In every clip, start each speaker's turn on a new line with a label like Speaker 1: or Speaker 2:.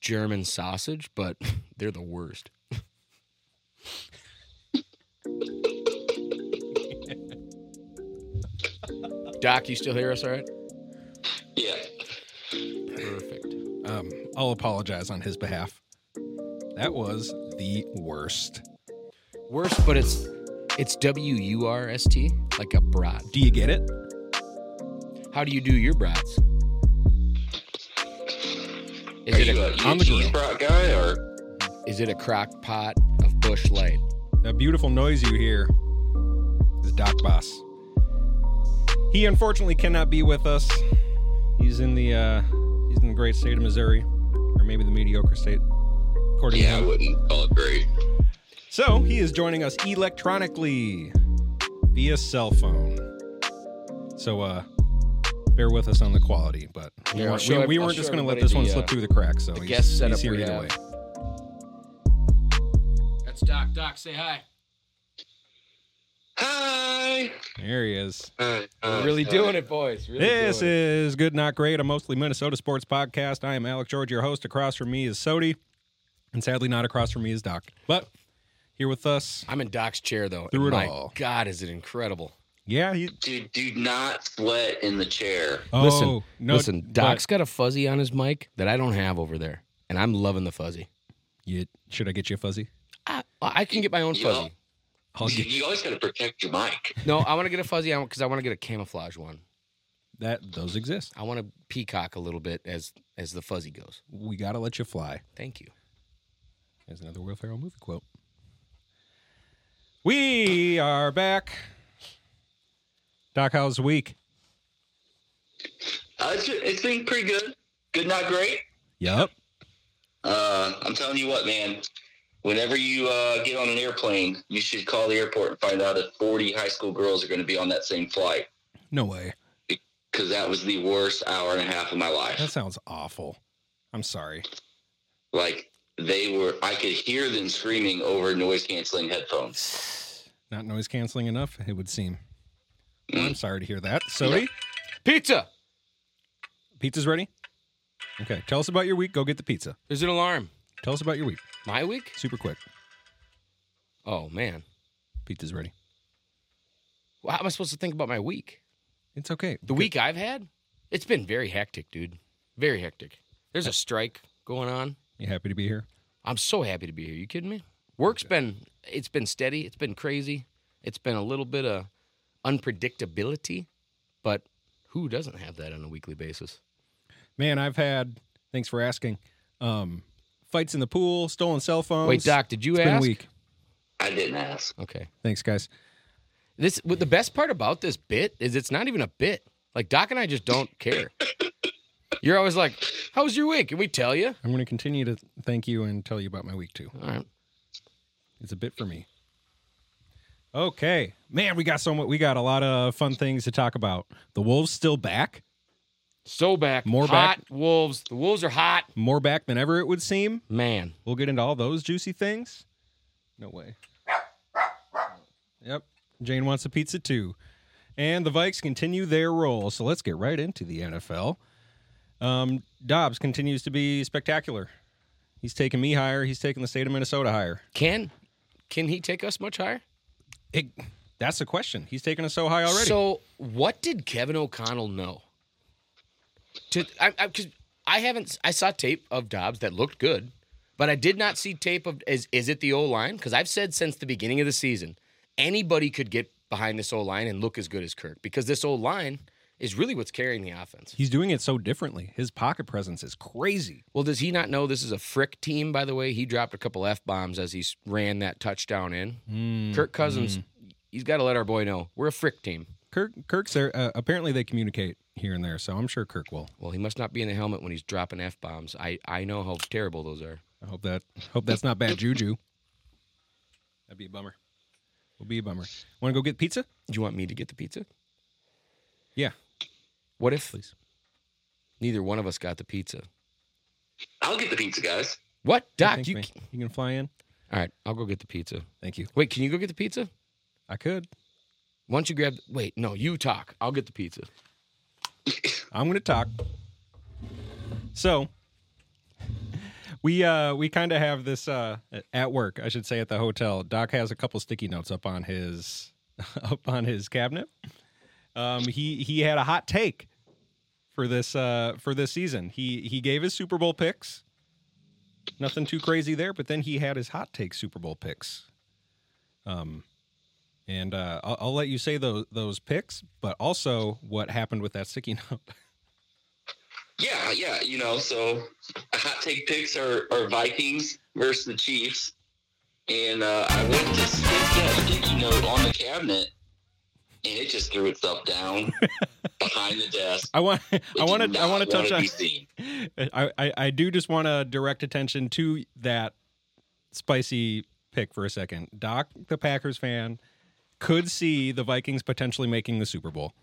Speaker 1: German sausage, but they're the worst. Doc, you still hear us all right?
Speaker 2: Yeah.
Speaker 1: Perfect.
Speaker 3: Um, I'll apologize on his behalf. That was the worst.
Speaker 1: Worst, but it's it's W U R S T, like a brat.
Speaker 3: Do you get it?
Speaker 1: How do you do your brats? Is
Speaker 2: Are
Speaker 1: it
Speaker 2: you
Speaker 1: a,
Speaker 2: a, you
Speaker 3: on
Speaker 2: a
Speaker 3: the
Speaker 2: cheese
Speaker 3: grill.
Speaker 2: brat guy or
Speaker 1: is it a crock pot of bush light?
Speaker 3: That beautiful noise you hear is Doc Boss. He unfortunately cannot be with us. He's in the uh, he's in the great state of Missouri, or maybe the mediocre state, according
Speaker 2: yeah,
Speaker 3: to
Speaker 2: I
Speaker 3: him.
Speaker 2: wouldn't call it great.
Speaker 3: So he is joining us electronically via cell phone. So uh bear with us on the quality, but we
Speaker 1: Yeah, I'll
Speaker 3: weren't,
Speaker 1: show
Speaker 3: we, we
Speaker 1: ev- I'll
Speaker 3: weren't just
Speaker 1: show
Speaker 3: going to let
Speaker 1: everybody
Speaker 3: this one
Speaker 1: the,
Speaker 3: slip
Speaker 1: uh,
Speaker 3: through the cracks. So
Speaker 1: the
Speaker 3: he's,
Speaker 1: guest setup
Speaker 3: he's here
Speaker 1: we
Speaker 3: either
Speaker 1: have.
Speaker 3: way.
Speaker 1: That's Doc. Doc, say hi.
Speaker 2: Hi. Uh,
Speaker 3: There he is.
Speaker 2: Hi.
Speaker 1: We're
Speaker 2: Hi.
Speaker 1: really
Speaker 2: Hi.
Speaker 1: doing it, boys. Really
Speaker 3: this
Speaker 1: doing it.
Speaker 3: is Good Not Great, a mostly Minnesota sports podcast. I am Alec George, your host. Across from me is Sodi, and sadly not across from me is Doc. But here with us,
Speaker 1: I'm in Doc's chair though.
Speaker 3: Through
Speaker 1: and
Speaker 3: it
Speaker 1: my
Speaker 3: all.
Speaker 1: God, is it incredible?
Speaker 3: yeah. He,
Speaker 2: Dude, do not sweat in the chair.
Speaker 3: oh,
Speaker 1: listen,
Speaker 3: no,
Speaker 1: listen.
Speaker 3: but
Speaker 1: Doc's got a fuzzy on his mic that I don't have over there, and I'm loving the fuzzy.
Speaker 3: you, should I get you a fuzzy?
Speaker 1: I, I can get my own
Speaker 2: Yeah.
Speaker 1: fuzzy.
Speaker 3: I'll
Speaker 2: You,
Speaker 3: get
Speaker 2: you always got to protect your mic.
Speaker 1: No, I want to get a fuzzy because I want to get a camouflage one.
Speaker 3: that. Those exist.
Speaker 1: I want to peacock a little bit as as the fuzzy goes.
Speaker 3: We gotta let you fly.
Speaker 1: Thank you.
Speaker 3: There's another Will Ferrell movie quote. We are back. Doc, how's the week?
Speaker 2: Uh, it's, it's been pretty good. Good, not great.
Speaker 3: Yep.
Speaker 2: Uh, I'm telling you what, man. Whenever you uh, get on an airplane, you should call the airport and find out if 40 high school girls are going to be on that same flight.
Speaker 3: No way.
Speaker 2: Because that was the worst hour and a half of my life.
Speaker 3: That sounds awful. I'm sorry.
Speaker 2: like they were, I could hear them screaming over noise canceling headphones.
Speaker 3: Not noise canceling enough, it would seem. Well,
Speaker 2: Mm.
Speaker 3: I'm sorry to hear that. Sody,
Speaker 1: Pizza.
Speaker 3: pizza's ready? Okay. Tell us about your week. Go get the pizza.
Speaker 1: There's an alarm.
Speaker 3: Tell us about your week.
Speaker 1: My week?
Speaker 3: Super quick.
Speaker 1: Oh man.
Speaker 3: Pizza's ready.
Speaker 1: Well, how am I supposed to think about my week?
Speaker 3: It's okay.
Speaker 1: The week I've had? It's been very hectic, dude. Very hectic. There's a strike going on.
Speaker 3: You happy to be here?
Speaker 1: I'm so happy to be here. You kidding me? Work's been it's been steady. It's been crazy. It's been a little bit of unpredictability, but who doesn't have that on a weekly basis?
Speaker 3: Man, I've had, thanks for asking, um, fights in the pool, stolen cell phones.
Speaker 1: Wait, Doc, did you
Speaker 3: It's
Speaker 1: ask?
Speaker 3: been a week.
Speaker 2: I didn't ask.
Speaker 1: Okay.
Speaker 3: Thanks, guys.
Speaker 1: This what the best part about this bit is it's not even a bit. Like Doc and I just don't care. You're always like, "How was your week?" Can we tell you?
Speaker 3: I'm going to continue to thank you and tell you about my week too.
Speaker 1: All right.
Speaker 3: It's a bit for me. Okay, man, we got so much. We got a lot of fun things to talk about. The wolves still back,
Speaker 1: So back.
Speaker 3: More
Speaker 1: hot wolves. The wolves are hot.
Speaker 3: more back than ever it would seem.
Speaker 1: Man.
Speaker 3: We'll get into all those juicy things. No way. Yep, Jane wants a pizza too, and the Vikes continue their role. So let's get right into the NFL. Um, Dobbs continues to be spectacular. He's taking me higher. He's taking the state of Minnesota higher.
Speaker 1: Can can he take us much higher?
Speaker 3: It, that's the question. He's taken us so high already.
Speaker 1: So, what did Kevin O'Connell know? To I I, 'cause I haven't I saw tape of Dobbs that looked good, but I did not see tape of is is it the O line? Because I've said since the beginning of the season, anybody could get behind this O line and look as good as Kirk because this O line is really what's carrying the offense.
Speaker 3: He's doing it so differently. His pocket presence is crazy.
Speaker 1: Well, does he not know this is a frick team? By the way, he dropped a couple f bombs as he s- ran that touchdown in. Kirk Cousins, he's got to let our boy know we're a frick team.
Speaker 3: Kirk, Kirk's there. Uh, apparently, they communicate here and there, so I'm sure Kirk will.
Speaker 1: Well, he must not be in the helmet when he's dropping f bombs. I I know how terrible those are.
Speaker 3: I hope that. Hope that's not bad juju. That'd be a bummer. Would be a bummer. Want to go get pizza?
Speaker 1: Do you want me to get the pizza?
Speaker 3: Yeah.
Speaker 1: What if
Speaker 3: Please.
Speaker 1: neither one of us got the pizza?
Speaker 2: I'll get the pizza, guys.
Speaker 1: What, Doc?
Speaker 3: Thanks,
Speaker 1: You
Speaker 3: man.
Speaker 1: ca-
Speaker 3: you can fly in.
Speaker 1: all right? I'll go get the pizza.
Speaker 3: Thank you.
Speaker 1: Wait, can you go get the pizza?
Speaker 3: I could.
Speaker 1: Why don't you grab? Wait, no, you talk. I'll get the pizza.
Speaker 3: I'm going to talk. So, We uh we kind of have this uh at work, I should say, at the hotel. Doc has a couple sticky notes up on his up on his cabinet. Um, he he had a hot take for this uh for this season. He he gave his Super Bowl picks. Nothing too crazy there, but then he had his hot take Super Bowl picks. Um, and uh, I'll, I'll let you say those those picks, but also what happened with that sticky note.
Speaker 2: Yeah, yeah, you know, so hot take picks are, are Vikings versus the Chiefs. And uh, I went to stick that sticky note on the cabinet, and it just threw itself down behind the desk.
Speaker 3: I want I
Speaker 2: It
Speaker 3: want
Speaker 2: did
Speaker 3: to I
Speaker 2: not
Speaker 3: want to touch
Speaker 2: wanna
Speaker 3: on.
Speaker 2: be seen.
Speaker 3: I, I, I do just want to direct attention to that spicy pick for a second. Doc, the Packers fan, could see the Vikings potentially making the Super Bowl.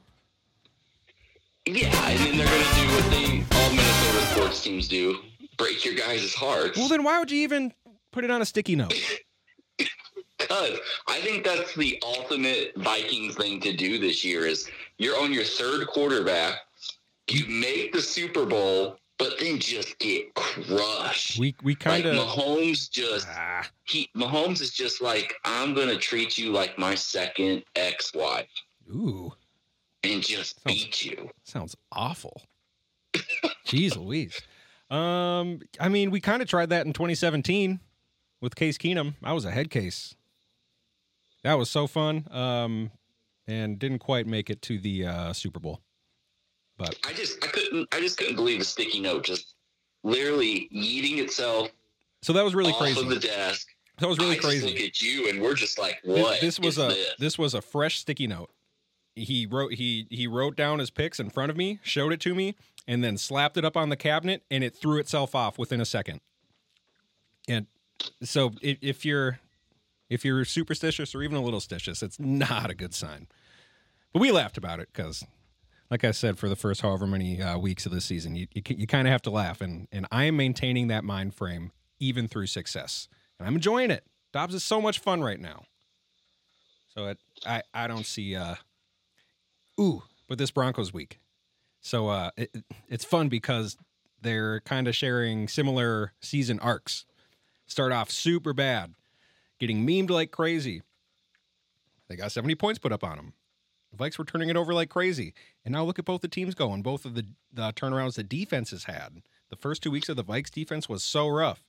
Speaker 2: Yeah, and then they're going to do what they all Minnesota sports teams do break your guys' hearts.
Speaker 3: Well, then why would you even put it on a sticky note?
Speaker 2: Because I think that's the ultimate Vikings thing to do this year is you're on your third quarterback, you make the Super Bowl, but then just get crushed.
Speaker 3: We Ah. we kind
Speaker 2: like
Speaker 3: of
Speaker 2: Mahomes just he Mahomes is just like I'm gonna treat you like my second ex-wife
Speaker 3: ooh
Speaker 2: and just
Speaker 3: Sounds-
Speaker 2: beat you.
Speaker 3: sounds awful. Jeez Louise. Um, I mean, we kind of tried that in 2017 with Case Keenum. I was a head case. That was so fun. Um, and didn't quite make it to the uh, Super Bowl. But
Speaker 2: I just I couldn't I just couldn't believe the sticky note just literally eating itself
Speaker 3: so that was really
Speaker 2: off
Speaker 3: crazy.
Speaker 2: of the desk.
Speaker 3: that was really
Speaker 2: I
Speaker 3: crazy.
Speaker 2: Just look at you and we're just like
Speaker 3: Th-
Speaker 2: what?
Speaker 3: This was
Speaker 2: is
Speaker 3: a
Speaker 2: this?
Speaker 3: this was a fresh sticky note. He wrote he he wrote down his picks in front of me, showed it to me, and then slapped it up on the cabinet, and it threw itself off within a second. And so, if, if you're if you're superstitious or even a little stitious, it's not a good sign. But we laughed about it because, like I said, for the first however many uh, weeks of this season, you you, ca- you kind of have to laugh, and and I am maintaining that mind frame even through success, and I'm enjoying it. Dobbs is so much fun right now. So it, I I don't see uh ooh, but this Broncos week. So uh it, it- it's fun because they're kind of sharing similar season arcs. Start off super bad, getting memed like crazy. They got 70 points put up on them. The Vikes were turning it over like crazy. And now look at both the teams going, both of the, the turnarounds the defenses had. The first two weeks of the Vikes defense was so rough.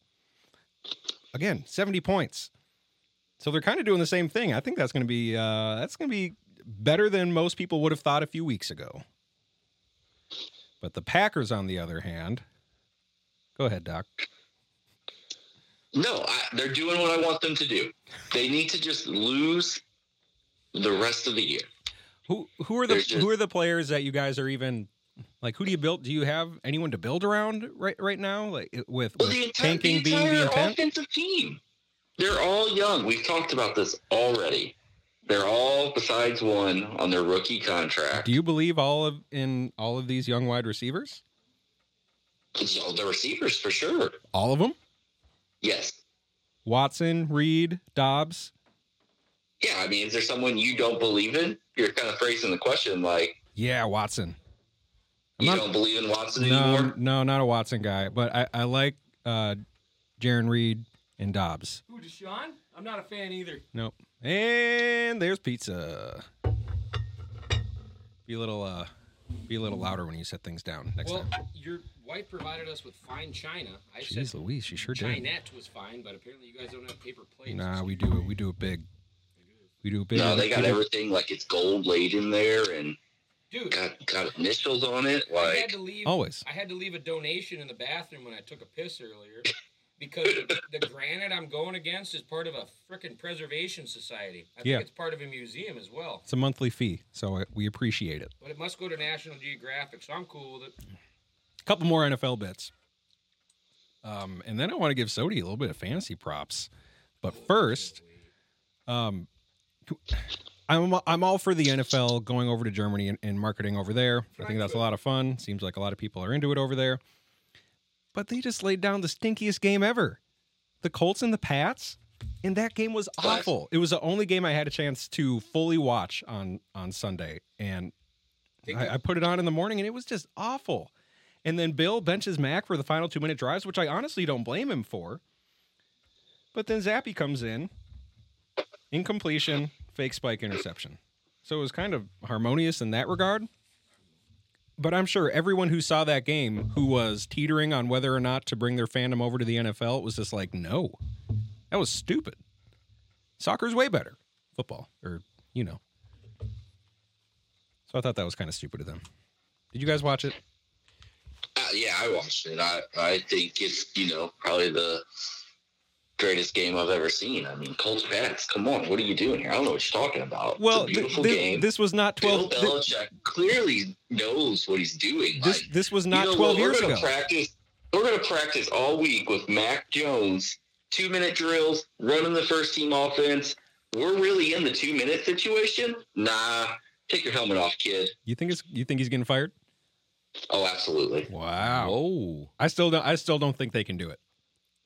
Speaker 3: Again, 70 points. So they're kind of doing the same thing. I think that's going to be uh, that's going to be better than most people would have thought a few weeks ago. But the Packers, on the other hand, go ahead, Doc.
Speaker 2: No, I, they're doing what I want them to do. They need to just lose the rest of the year.
Speaker 3: Who who are the
Speaker 2: There's just-
Speaker 3: who are the players that you guys are even like? Who do you build? Do you have anyone to build around right right now? Like with,
Speaker 2: Well,
Speaker 3: with
Speaker 2: the entire,
Speaker 3: tanking
Speaker 2: the
Speaker 3: being
Speaker 2: entire
Speaker 3: the intent.
Speaker 2: offensive team. They're all young. We've talked about this already. They're all, besides one, on their rookie contract.
Speaker 3: Do you believe all of in all of these young wide receivers?
Speaker 2: So the receivers, for sure.
Speaker 3: All of them?
Speaker 2: Yes.
Speaker 3: Watson, Reed, Dobbs.
Speaker 2: Yeah, I mean, is there someone you don't believe in? You're kind of phrasing the question like,
Speaker 3: Yeah, Watson. I'm
Speaker 2: you
Speaker 3: not-
Speaker 2: don't believe in Watson
Speaker 3: No,
Speaker 2: anymore?
Speaker 3: no, not a Watson guy, but I, I like uh, Jaron Reed and Dobbs.
Speaker 4: Ooh, Deshaun? I'm not a fan either.
Speaker 3: Nope. And there's pizza. Be a little uh, be a little louder when you set things down next
Speaker 4: Well,
Speaker 3: time.
Speaker 4: your wife provided us with fine china. I
Speaker 3: Jeez
Speaker 4: said
Speaker 3: Louise, she sure did.
Speaker 4: chinette was fine, but apparently you guys don't have paper plates.
Speaker 3: Nah, we do it. We do it big. We do it big.
Speaker 2: No, they got
Speaker 3: We do-
Speaker 2: everything like it's gold laid in there and
Speaker 4: Dude,
Speaker 2: got, got initials on it.
Speaker 4: I had
Speaker 2: Like,
Speaker 4: to leave.
Speaker 3: Always.
Speaker 4: I had to leave a donation in the bathroom when I took a piss earlier because the, the granite I'm going against is part of a frickin' preservation society. I think
Speaker 3: Yeah.
Speaker 4: it's part of a museum as well.
Speaker 3: It's a monthly fee, so it- we appreciate it.
Speaker 4: But it must go to National Geographic, so I'm cool with it.
Speaker 3: A couple more NFL bits. Um, and then I want to give Sodi a little bit of fantasy props. But first, um, I'm I'm all for the NFL going over to Germany and, and marketing over there. I think that's a lot of fun. Seems like a lot of people are into it over there. But they just laid down the stinkiest game ever. The Colts and the Pats. And that game was awful. It was the only game I had a chance to fully watch on on Sunday. And
Speaker 4: Think
Speaker 3: I,
Speaker 4: of-
Speaker 3: I put it on in the morning and it was just awful. And then Bill benches Mac for the final two minute drives, which I honestly don't blame him for. But then Zappy comes in, incompletion, fake spike interception. So it was kind of harmonious in that regard. But I'm sure everyone who saw that game who was teetering on whether or not to bring their fandom over to the NFL was just like, no, that was stupid. Soccer's way better. Football, or, you know. So I thought that was kind of stupid of them. Did you guys watch it?
Speaker 2: Uh, yeah, I watched it. I, I think it's, you know, probably the greatest game I've ever seen. I mean, Colts Pats, come on, what are you doing here? I don't know what you're talking about. it's
Speaker 3: Well,
Speaker 2: a
Speaker 3: th-
Speaker 2: beautiful
Speaker 3: thi-
Speaker 2: game.
Speaker 3: this was not
Speaker 2: Bill
Speaker 3: 12. thi-
Speaker 2: Belichick clearly knows what he's doing.
Speaker 3: this,
Speaker 2: like,
Speaker 3: this was
Speaker 2: you
Speaker 3: not
Speaker 2: know
Speaker 3: 12
Speaker 2: what?
Speaker 3: years
Speaker 2: we're gonna
Speaker 3: ago.
Speaker 2: Practice, we're going to practice all week with Mac Jones, two minute drills, running the first team offense. We're really in the two minute situation? Nah, take your helmet off, kid.
Speaker 3: You think it's you think he's getting fired?
Speaker 2: Oh, absolutely.
Speaker 3: Wow.
Speaker 1: Whoa.
Speaker 3: I still don't I still don't think they can do it.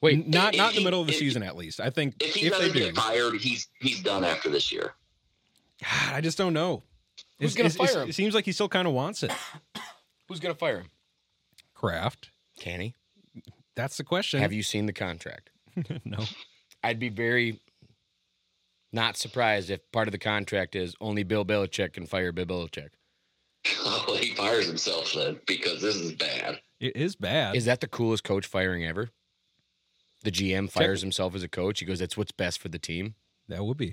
Speaker 1: Wait.
Speaker 3: N- not not in the
Speaker 2: If-
Speaker 3: middle of the
Speaker 2: if-
Speaker 3: season at least. I think
Speaker 2: If he
Speaker 3: if they
Speaker 2: doesn't
Speaker 3: do.
Speaker 2: get fired, he's he's done after this year.
Speaker 3: God, I just don't know.
Speaker 1: Who's
Speaker 3: It's-
Speaker 1: gonna
Speaker 3: it's-
Speaker 1: fire
Speaker 3: it's-
Speaker 1: him?
Speaker 3: It seems like he still kind of wants it.
Speaker 1: Who's gonna fire him?
Speaker 3: Kraft.
Speaker 1: Can he?
Speaker 3: That's the question.
Speaker 1: Have you seen the contract?
Speaker 3: no.
Speaker 1: I'd be very not surprised if part of the contract is only Bill Belichick can fire Bill Belichick.
Speaker 2: Oh, he fires himself then because this is bad.
Speaker 3: It is bad.
Speaker 1: Is that the coolest coach firing ever? The GM fires himself as a coach. He goes, "That's what's best for the team."
Speaker 3: that would be.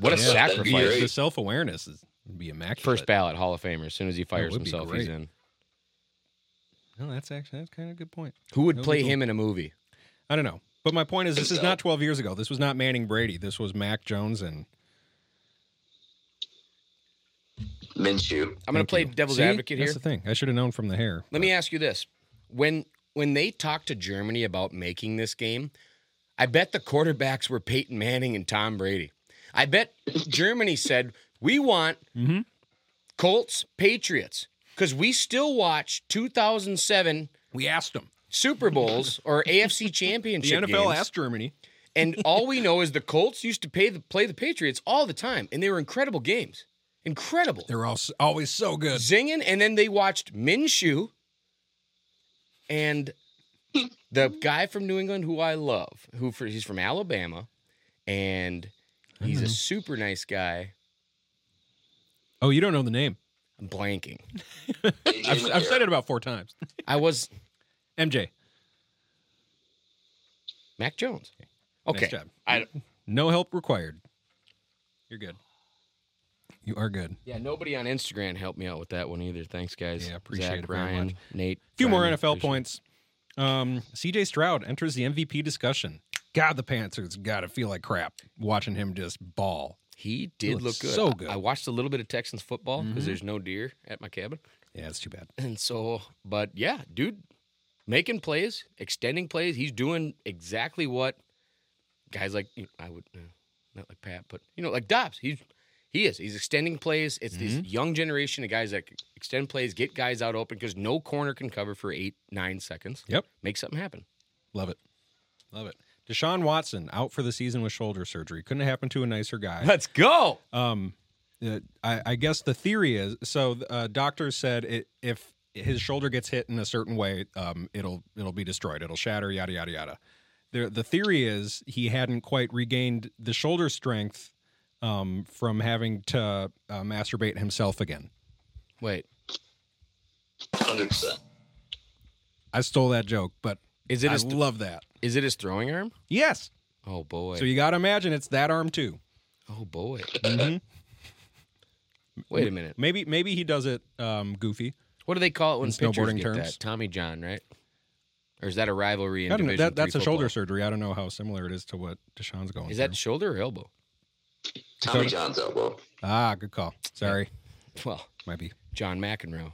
Speaker 1: What a
Speaker 2: That'd be
Speaker 3: Yeah.
Speaker 1: sacrifice!
Speaker 2: great.
Speaker 3: The self awareness is would be immaculate.
Speaker 1: First ballot Hall of Famer. As soon as he fires
Speaker 3: would be
Speaker 1: himself, he's
Speaker 3: great.
Speaker 1: in.
Speaker 3: No, that's actually that's kind of a good point.
Speaker 1: Who would
Speaker 3: That would
Speaker 1: play
Speaker 3: be cool.
Speaker 1: him uh, in a movie?
Speaker 3: I don't know. But my point is this is
Speaker 2: So-
Speaker 3: not twelve years ago. This was not Manning Brady. This was Mac Jones and
Speaker 2: Minshew.
Speaker 1: I'm going to
Speaker 3: Thank
Speaker 1: play
Speaker 3: you.
Speaker 1: devil's
Speaker 3: See?
Speaker 1: advocate here.
Speaker 3: That's the thing. I should have known from the hair.
Speaker 1: Let me ask you this: when when they talked to Germany about making this game, I bet the quarterbacks were Peyton Manning and Tom Brady. I bet Germany said we want
Speaker 3: Mhm.
Speaker 1: Colts Patriots because we still watch 2007
Speaker 3: We asked him.
Speaker 1: Super Bowls or AFC
Speaker 3: The
Speaker 1: Championship
Speaker 3: NFL
Speaker 1: games.
Speaker 3: asked Germany.
Speaker 1: And all we know is the Colts used to pay the, play the Patriots all the time, and they were incredible games. Incredible.
Speaker 3: They're all always so good.
Speaker 1: Zinging, and then they watched Minshew and the guy from New England who I love, who for, he's from Alabama, and he's a super nice guy.
Speaker 3: Oh, you don't know the name.
Speaker 1: I'm blanking.
Speaker 2: AJ
Speaker 3: I've, I've
Speaker 2: McCarron.
Speaker 3: said it about four times.
Speaker 1: I was
Speaker 3: MJ.
Speaker 1: Mac Jones. Okay.
Speaker 3: Nice job.
Speaker 1: I,
Speaker 3: No help required. You're good. You are good. A
Speaker 1: yeah, nobody on Instagram helped me out with that one either. Thanks, guys.
Speaker 3: Yeah, appreciate
Speaker 1: Zach,
Speaker 3: it very
Speaker 1: Ryan,
Speaker 3: much.
Speaker 1: Nate.
Speaker 3: few more
Speaker 1: Simon, appreciate
Speaker 3: NFL
Speaker 1: it.
Speaker 3: points. Um, CJ Stroud enters the MVP discussion. God, the Panthers got to feel like crap watching him just ball.
Speaker 1: He did
Speaker 3: looked
Speaker 1: look good.
Speaker 3: so
Speaker 1: I-
Speaker 3: good.
Speaker 1: I watched a little bit of Texans football because
Speaker 3: Mhm.
Speaker 1: there's no deer at my cabin.
Speaker 3: Yeah, it's too bad.
Speaker 1: And so, but yeah, dude, making plays, extending plays. He's doing exactly what guys like you know, I would uh, not like Pat, but you know, like Dobbs. He's he is. He's extending plays. It's
Speaker 3: Mm-hmm.
Speaker 1: this young generation of guys that can extend plays, get guys out open because no corner can cover for eight, nine seconds.
Speaker 3: Yep.
Speaker 1: Make something happen.
Speaker 3: Love it. Love it. Deshaun Watson out for the season with shoulder surgery. Couldn't happen to a nicer guy.
Speaker 1: Let's go.
Speaker 3: Um, uh, I, I guess the theory is so. Uh, doctors said it, if his shoulder gets hit in a certain way, um, it'll it'll be destroyed. It'll shatter. Yada yada yada. The the theory is he hadn't quite regained the shoulder strength um, from having to uh, masturbate himself again.
Speaker 1: Wait,
Speaker 2: 100%.
Speaker 3: I stole that joke, but
Speaker 1: is it
Speaker 3: I
Speaker 1: his
Speaker 3: love that.
Speaker 1: is it his throwing arm?
Speaker 3: Yes.
Speaker 1: Oh boy.
Speaker 3: So you got to imagine it's that arm too.
Speaker 1: oh boy.
Speaker 3: Mhm.
Speaker 1: Wait a minute.
Speaker 3: Maybe maybe he does it um, goofy.
Speaker 1: What do they call it when
Speaker 3: In
Speaker 1: pitchers
Speaker 3: snowboarding
Speaker 1: get
Speaker 3: terms?
Speaker 1: that? Tommy John, right? Or is that a rivalry in
Speaker 3: I don't know.
Speaker 1: Division
Speaker 3: That, that's
Speaker 1: three
Speaker 3: a
Speaker 1: football?
Speaker 3: shoulder surgery. I don't know how similar it is to what Deshaun's going.
Speaker 1: Is
Speaker 3: through.
Speaker 1: that shoulder or elbow?
Speaker 2: Tommy
Speaker 3: Dakota-
Speaker 2: John's elbow.
Speaker 3: Ah, good call. Sorry,
Speaker 1: Well,
Speaker 3: might be.
Speaker 1: John McEnroe,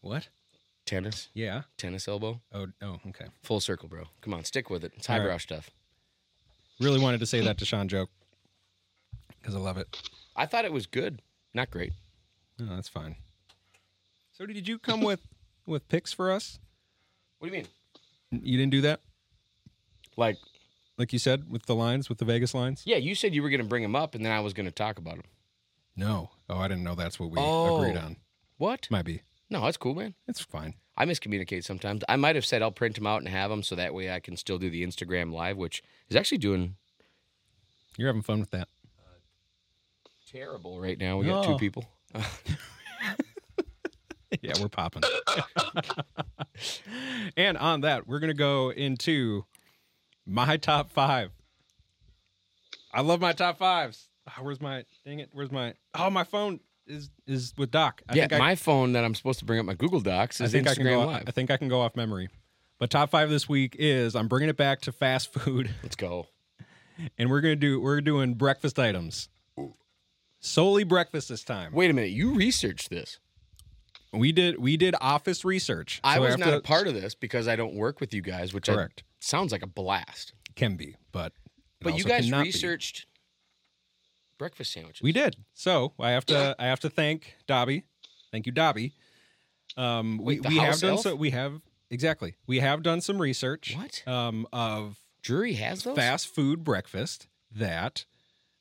Speaker 3: What?
Speaker 1: tennis,
Speaker 3: Yeah.
Speaker 1: tennis elbow,
Speaker 3: Oh, oh, okay.
Speaker 1: full circle, bro. Come on, stick with it. It's
Speaker 3: All
Speaker 1: highbrow
Speaker 3: right.
Speaker 1: stuff.
Speaker 3: Really wanted to say that Deshaun joke because I love it.
Speaker 1: I thought it was good, not great.
Speaker 3: No, that's fine. So, did you come with with picks for us?
Speaker 1: What do you mean?
Speaker 3: You didn't do that,
Speaker 1: Like,
Speaker 3: like you said, with the lines, with the Vegas lines.
Speaker 1: yeah, you said you were going to bring him up, and then I was going to talk about him.
Speaker 3: No. Oh, I didn't know that's what we
Speaker 1: Oh.
Speaker 3: agreed on.
Speaker 1: What?
Speaker 3: Might be.
Speaker 1: No, that's cool, man.
Speaker 3: It's fine.
Speaker 1: I miscommunicate sometimes. I might have said I'll print them out and have them so that way I can still do the Instagram live, which is actually doing
Speaker 3: You're having fun with that.
Speaker 1: terrible right now. We got
Speaker 3: No.
Speaker 1: two people.
Speaker 3: yeah, we're popping. and on that, we're gonna go into my top five. I love my top fives. Ah, where's my? Dang it! Where's my? Oh, my phone is is with Doc. I
Speaker 1: yeah,
Speaker 3: think I-
Speaker 1: my phone that I'm supposed to bring up my Google Docs
Speaker 3: I
Speaker 1: is
Speaker 3: think I can go.
Speaker 1: Instagram
Speaker 3: I
Speaker 1: live.
Speaker 3: think I can go off memory. But top five this week is I'm bringing it back to fast food,
Speaker 1: Let's go.
Speaker 3: and we're gonna do we're doing breakfast items. Solely breakfast this time.
Speaker 1: Wait a minute. You researched this.
Speaker 3: We did we did office research.
Speaker 1: I
Speaker 3: So
Speaker 1: was
Speaker 3: after
Speaker 1: not a
Speaker 3: that-
Speaker 1: part of this because I don't work with you guys, which I-
Speaker 3: Correct.
Speaker 1: sounds like a blast.
Speaker 3: can be, but it
Speaker 1: But you
Speaker 3: also
Speaker 1: guys
Speaker 3: cannot be.
Speaker 1: researched breakfast sandwiches.
Speaker 3: We did. So I have to I have to thank Dobby. Thank you, Dobby. Um, we
Speaker 1: Wait, the
Speaker 3: we have
Speaker 1: house
Speaker 3: done
Speaker 1: elf?
Speaker 3: so. We have exactly. We have done some research.
Speaker 1: What?
Speaker 3: Um, of
Speaker 1: Drury has those?
Speaker 3: fast food breakfast that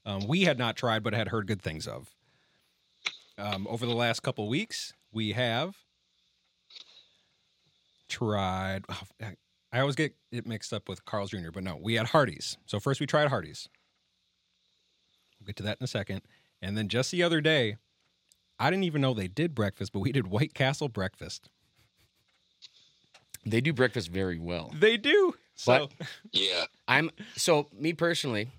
Speaker 3: um, we had not tried but had heard good things of. Um, over the last couple weeks, we have tried. oh, I always get it mixed up with Carl's Jr., but no, we had Hardee's. So first we tried Hardee's. We'll get to that in a second. And then just the other day, I didn't even know they did breakfast, but we did White Castle breakfast.
Speaker 1: They do breakfast very well.
Speaker 3: They do. So
Speaker 2: Yeah.
Speaker 1: I'm so me personally,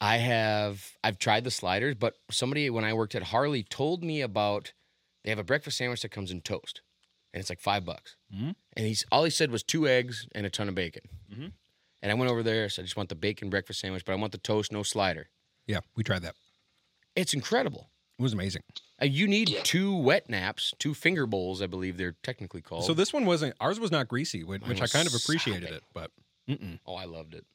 Speaker 1: I have I've tried the sliders, but somebody when I worked at Harley told me about they have a breakfast sandwich that comes in toast, and it's like five bucks.
Speaker 3: Mhm.
Speaker 1: And he's all he said was two eggs and a ton of bacon.
Speaker 3: Mhm.
Speaker 1: And I went over there, so I just want the bacon breakfast sandwich, but I want the toast, no slider.
Speaker 3: yeah, we tried that.
Speaker 1: It's incredible.
Speaker 3: It was amazing.
Speaker 1: Uh, You need
Speaker 2: Yeah.
Speaker 1: two wet naps, two finger bowls, I believe they're technically called.
Speaker 3: So this one wasn't ours was not greasy, which,
Speaker 1: Mine
Speaker 3: which I
Speaker 1: was
Speaker 3: kind of appreciated
Speaker 1: sopping.
Speaker 3: it. But mm-mm.
Speaker 1: oh, I loved it.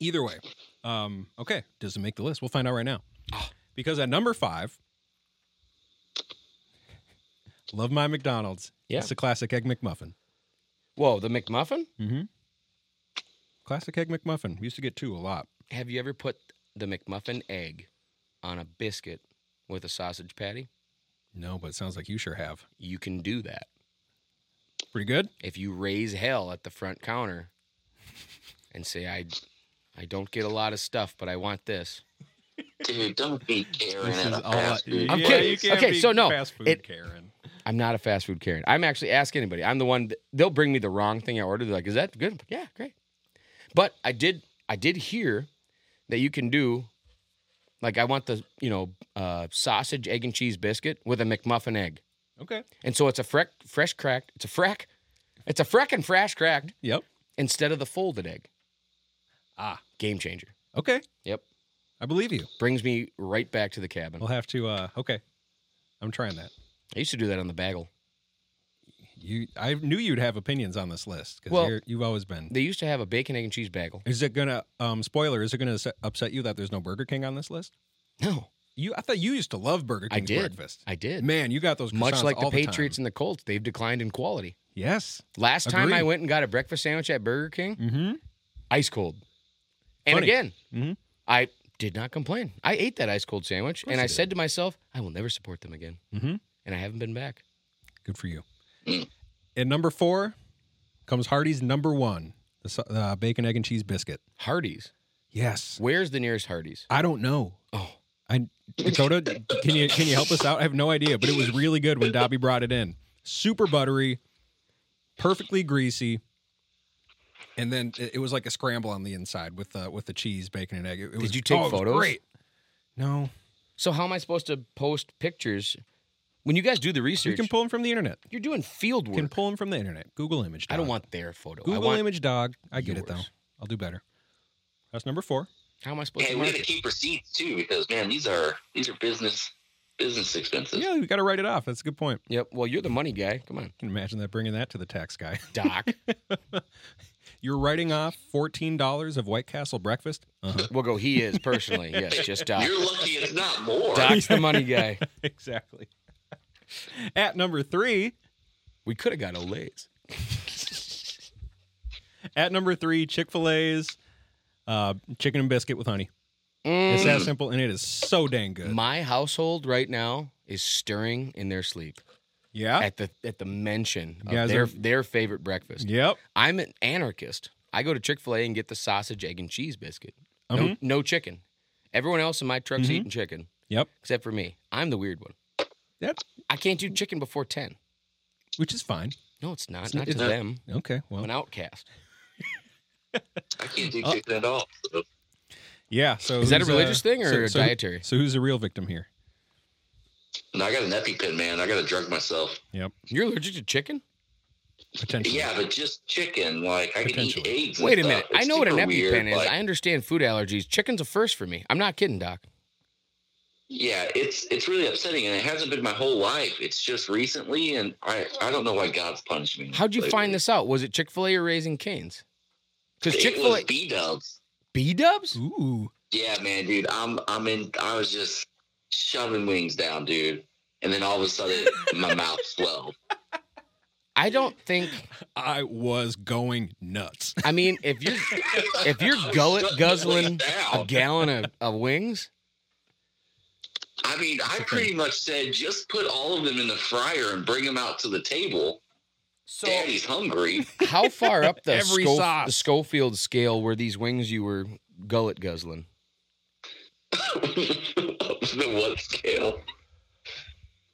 Speaker 3: either way, um, okay, doesn't make the list. We'll find out right now.
Speaker 1: Ah.
Speaker 3: Because at number five, love my McDonald's.
Speaker 1: Yeah.
Speaker 3: it's a classic egg McMuffin.
Speaker 1: Whoa, the McMuffin?
Speaker 3: Mm-hmm. Classic egg McMuffin. We used to get two a lot.
Speaker 1: Have you ever put the McMuffin egg on a biscuit with a sausage patty?
Speaker 3: No, but it sounds like you sure have.
Speaker 1: You can do that.
Speaker 3: Pretty good.
Speaker 1: If you raise hell at the front counter and say, I, I don't get a lot of stuff, but I want this.
Speaker 2: Dude, don't be Karen
Speaker 3: This
Speaker 2: at
Speaker 3: is
Speaker 2: a
Speaker 3: all.
Speaker 2: fast food.
Speaker 1: I'm
Speaker 3: yeah,
Speaker 1: kidding.
Speaker 3: You can't
Speaker 1: Okay,
Speaker 3: be
Speaker 1: so no,
Speaker 3: fast food,
Speaker 1: it-
Speaker 3: Karen.
Speaker 1: I'm not a fast food Karen. I'm actually, ask anybody. I'm the one, that, they'll bring me the wrong thing I ordered. They're like, is that good? I'm like, yeah, great. But I did, I did hear that you can do, like, I want the, you know, uh, sausage, egg, and cheese biscuit with a McMuffin egg.
Speaker 3: Okay.
Speaker 1: And so it's a freck, fresh cracked. It's a freck. It's a freck and fresh cracked
Speaker 3: Yep.
Speaker 1: instead of the folded egg.
Speaker 3: Ah.
Speaker 1: Game changer.
Speaker 3: Okay.
Speaker 1: Yep.
Speaker 3: I believe you.
Speaker 1: Brings me right back to the cabin.
Speaker 3: We'll have to. uh Okay. I'm trying that.
Speaker 1: I used to do that on the bagel.
Speaker 3: You, I knew you'd have opinions on this list because
Speaker 1: Well-
Speaker 3: you've always been.
Speaker 1: They used to have a bacon, egg, and cheese bagel.
Speaker 3: Is it gonna? Um, spoiler: Is it gonna upset- upset you that there's no Burger King on this list?
Speaker 1: No,
Speaker 3: You, I thought you used to love Burger
Speaker 1: I
Speaker 3: King's
Speaker 1: did.
Speaker 3: breakfast.
Speaker 1: I did.
Speaker 3: Man, you got those
Speaker 1: Much
Speaker 3: croissants
Speaker 1: like the
Speaker 3: all
Speaker 1: Patriots
Speaker 3: time.
Speaker 1: and the Colts, they've declined in quality.
Speaker 3: Yes.
Speaker 1: Last time
Speaker 3: Agreed.
Speaker 1: I went and got a breakfast sandwich at Burger King,
Speaker 3: Mm-hmm.
Speaker 1: ice cold. And
Speaker 3: Funny.
Speaker 1: again,
Speaker 3: Mhm.
Speaker 1: I did not complain. I ate that ice cold sandwich,
Speaker 3: course
Speaker 1: and
Speaker 3: you
Speaker 1: I
Speaker 3: did.
Speaker 1: said to myself, I will never support them again.
Speaker 3: Mm-hmm.
Speaker 1: And I haven't been back.
Speaker 3: Good for you.
Speaker 2: Mm.
Speaker 3: At number four comes Hardy's number one, the su- uh, bacon, egg, and cheese biscuit.
Speaker 1: Hardee's.
Speaker 3: Yes.
Speaker 1: Where's the nearest Hardee's?
Speaker 3: I don't know.
Speaker 1: Oh,
Speaker 3: Dakota, can you can you help us out? I have no idea, but it was really good when Dobby brought it in. Super buttery, perfectly greasy, and then it it was like a scramble on the inside with uh, with the cheese, bacon, and egg. It, it was,
Speaker 1: you take
Speaker 3: oh, it was
Speaker 1: photos?
Speaker 3: Great. No,
Speaker 1: So how am I supposed to post pictures when you guys do the
Speaker 3: you
Speaker 1: research?
Speaker 3: can pull them from the internet.
Speaker 1: you're doing field
Speaker 3: You
Speaker 1: work.
Speaker 3: can pull them from the internet. Google image. Dog.
Speaker 1: I don't want their photo. I
Speaker 3: Google
Speaker 1: want,
Speaker 3: image dog. I get it though.
Speaker 1: yours.
Speaker 3: I'll do better. That's number four.
Speaker 1: How am I supposed
Speaker 2: Hey,
Speaker 1: to
Speaker 2: we
Speaker 1: mark
Speaker 2: gotta
Speaker 1: it?
Speaker 2: keep receipts too, because man, these are these are business business expenses.
Speaker 3: Yeah, we got to write it off. That's a good point.
Speaker 1: Yep. Well, you're the money guy. Come on,
Speaker 3: Can you imagine that bringing that to the tax guy.
Speaker 1: Doc.
Speaker 3: You're writing off fourteen dollars of White Castle breakfast. Uh-huh.
Speaker 1: we'll go. He is personally. Yes, just Doc.
Speaker 2: You're lucky it's not more.
Speaker 1: Doc's the money guy.
Speaker 3: exactly. At number three,
Speaker 1: We could have got Olays.
Speaker 3: at number three, Chick Fil A's uh, chicken and biscuit with honey.
Speaker 1: Mm.
Speaker 3: It's that simple, and it is so dang good.
Speaker 1: My household right now is stirring in their sleep.
Speaker 3: Yeah.
Speaker 1: at the at the mention
Speaker 3: You
Speaker 1: of
Speaker 3: guys
Speaker 1: their
Speaker 3: are-
Speaker 1: their favorite breakfast.
Speaker 3: Yep.
Speaker 1: I'm an anarchist. I go to Chick Fil A and get the sausage, egg, and cheese biscuit. No,
Speaker 3: Mhm.
Speaker 1: no chicken. Everyone else in my truck's
Speaker 3: Mhm.
Speaker 1: eating chicken.
Speaker 3: Yep.
Speaker 1: Except for me. I'm the weird one.
Speaker 3: That's-
Speaker 1: I can't do chicken before ten.
Speaker 3: Which is fine.
Speaker 1: No, it's not.
Speaker 3: It's-
Speaker 1: not to
Speaker 3: it's- Oh.
Speaker 1: them.
Speaker 3: Okay.
Speaker 1: I'm
Speaker 3: Well.
Speaker 1: an outcast.
Speaker 2: I can't do
Speaker 3: Oh.
Speaker 2: chicken at all. So
Speaker 3: Yeah. So
Speaker 1: Is that a
Speaker 3: who's, uh,
Speaker 1: religious thing or
Speaker 3: so-
Speaker 1: a
Speaker 3: so-
Speaker 1: dietary?
Speaker 3: So who's the real victim here?
Speaker 2: No, I got an EpiPen, man. I got to drug myself.
Speaker 1: You're allergic to chicken?
Speaker 3: Potentially.
Speaker 2: Yeah, but just chicken. Like I can eat
Speaker 3: Potentially.
Speaker 2: eggs. and
Speaker 1: Wait a
Speaker 2: stuff.
Speaker 1: minute. I
Speaker 2: It's
Speaker 1: know what an
Speaker 2: super weird,
Speaker 1: EpiPen is.
Speaker 2: like-
Speaker 1: I understand food allergies. Chicken's a first for me. I'm not kidding, Doc.
Speaker 2: yeah, it's it's really upsetting, and it hasn't been my whole life. It's just recently, and I I don't know why God's punished me.
Speaker 1: How'd you
Speaker 2: Like,
Speaker 1: find this out? Was it Chick Fil A or Raising Canes? Because Chick
Speaker 2: It
Speaker 1: Fil
Speaker 2: was
Speaker 1: A
Speaker 2: B Dubs.
Speaker 1: B Dubs.
Speaker 3: Ooh.
Speaker 2: Yeah, man, dude. I'm I'm in. I was just shoving wings down, dude, and then all of a sudden my mouth swelled.
Speaker 1: I don't think.
Speaker 3: I was going nuts.
Speaker 1: I mean, if you're if you're gullet
Speaker 2: Shut
Speaker 1: guzzling
Speaker 2: the fuck
Speaker 1: a
Speaker 2: down.
Speaker 1: gallon of, of wings,
Speaker 2: I mean, I
Speaker 3: Okay.
Speaker 2: pretty much said just put all of them in the fryer and bring them out to the table.
Speaker 4: So
Speaker 2: Daddy's hungry.
Speaker 1: how far up the,
Speaker 3: Every
Speaker 1: Scho-
Speaker 3: sauce.
Speaker 1: the Schofield scale were these wings you were gullet guzzling?
Speaker 2: the what scale?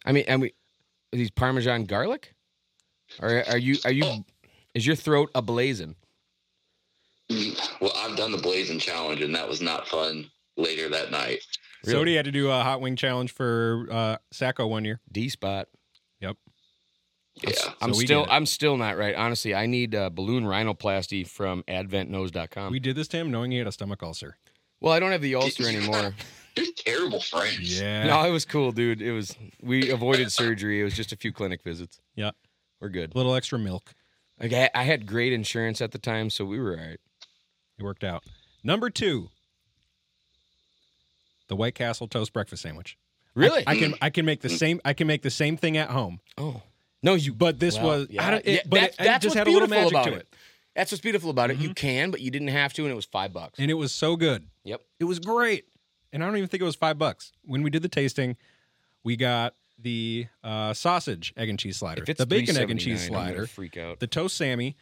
Speaker 1: I mean, and we are these Parmesan garlic? Or are you are you
Speaker 2: Oh.
Speaker 1: is your throat ablazing?
Speaker 2: Well, I've done the blazing challenge, and that was not fun. Later that night,
Speaker 1: Really?
Speaker 3: Sody had to do a hot wing challenge for uh, Sacco one year.
Speaker 1: D spot.
Speaker 2: yeah,
Speaker 1: I'm
Speaker 3: So we
Speaker 1: still
Speaker 3: did it.
Speaker 1: I'm still not right. Honestly, I need uh, balloon rhinoplasty from adventnose.com.
Speaker 3: We did this to him knowing he had a stomach ulcer.
Speaker 1: well, I don't have the ulcer anymore.
Speaker 2: they're terrible friends.
Speaker 3: Yeah.
Speaker 1: No, it was cool, dude. It was we avoided surgery. It was just a few clinic visits.
Speaker 3: Yeah.
Speaker 1: We're good.
Speaker 3: little extra milk.
Speaker 1: Like I, I had great insurance at the time, so we were all right.
Speaker 3: It worked out. Number two, the White Castle toast breakfast sandwich.
Speaker 1: Really? Mm.
Speaker 3: I can I can make the same I can make the same thing at home.
Speaker 1: oh. No, you
Speaker 3: But this
Speaker 1: well,
Speaker 3: was
Speaker 1: yeah.
Speaker 3: I don't, it,
Speaker 1: Yeah,
Speaker 3: but
Speaker 1: that's-
Speaker 3: it, it
Speaker 1: that's
Speaker 3: just
Speaker 1: what's
Speaker 3: had a little
Speaker 1: beautiful
Speaker 3: magic
Speaker 1: about
Speaker 3: to it. Mm-hmm.
Speaker 1: it. That's what's beautiful about it. You can, but you didn't have to, and it was five bucks.
Speaker 3: and it was so good.
Speaker 1: Yep.
Speaker 3: it was great. And I don't even think it was five bucks when we did the tasting. We got the uh, sausage egg and cheese slider,
Speaker 1: If it's
Speaker 3: the bacon egg and cheese
Speaker 1: $3.79, I'm gonna
Speaker 3: slider,
Speaker 1: freak out.
Speaker 3: the toast sammy,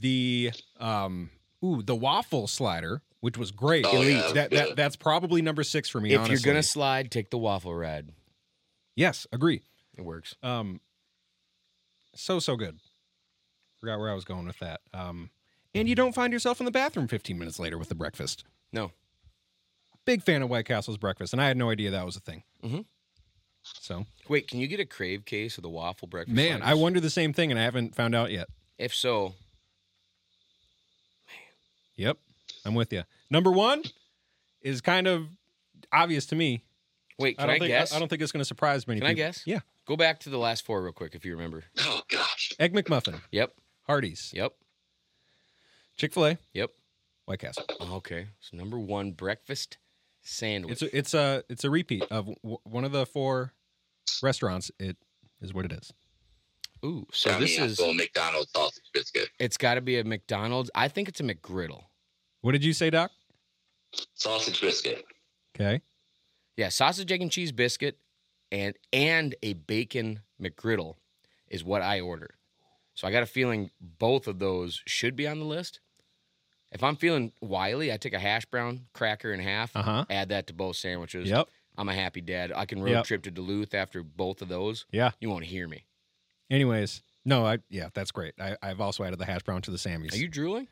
Speaker 3: the um ooh the waffle slider, which was great.
Speaker 2: Oh, yeah,
Speaker 3: that,
Speaker 2: yeah.
Speaker 3: that that's probably number six for me.
Speaker 1: if
Speaker 3: honestly.
Speaker 1: you're gonna slide, take the waffle ride.
Speaker 3: yes, agree.
Speaker 1: It works.
Speaker 3: Um, so so good. Forgot where I was going with that. Um, and you don't find yourself in the bathroom 15 minutes later with the breakfast.
Speaker 1: No.
Speaker 3: Big fan of White Castle's breakfast, and I had no idea that was a thing.
Speaker 1: Mhm.
Speaker 3: So,
Speaker 1: Wait, can you get a crave case of the waffle breakfast?
Speaker 3: man, I
Speaker 1: sliders?
Speaker 3: wonder the same thing, and I haven't found out yet.
Speaker 1: If so,
Speaker 3: Yep, I'm with you. Number one is kind of obvious to me.
Speaker 1: wait,
Speaker 3: I
Speaker 1: can
Speaker 3: don't
Speaker 1: I,
Speaker 3: think
Speaker 1: guess?
Speaker 3: I, don't think it's going to surprise many
Speaker 1: Can I
Speaker 3: people.
Speaker 1: guess?
Speaker 3: Yeah,
Speaker 1: Go back to the last four real quick if you remember.
Speaker 2: Oh gosh.
Speaker 3: egg McMuffin,
Speaker 1: Yep.
Speaker 3: Hardee's,
Speaker 1: Yep.
Speaker 3: Chick Fil A,
Speaker 1: Yep. Oh,
Speaker 3: White Castle.
Speaker 1: Okay. So number one, breakfast sandwich.
Speaker 3: It's a, it's a it's a repeat of w- one of the four restaurants. It is what it is.
Speaker 1: Ooh, so
Speaker 2: I
Speaker 1: this
Speaker 2: mean, I
Speaker 1: is
Speaker 2: feel McDonald's sausage biscuit,
Speaker 1: it's got to be a McDonald's. I think it's a McGriddle.
Speaker 3: What did you say, Doc?
Speaker 2: sausage biscuit.
Speaker 3: Okay,
Speaker 1: Yeah, sausage egg and cheese biscuit, and and a bacon McGriddle is what I order. So I got a feeling both of those should be on the list. If I'm feeling wily, I take a hash brown cracker and half,
Speaker 3: uh huh.
Speaker 1: add that to both sandwiches.
Speaker 3: Yep.
Speaker 1: I'm a happy dad. I can road
Speaker 3: Yep.
Speaker 1: trip to Duluth after both of those.
Speaker 3: Yeah.
Speaker 1: You won't hear me.
Speaker 3: Anyways, no, I yeah, that's great. I, I've also added the hash brown to the Sammys.
Speaker 1: Are you drooling?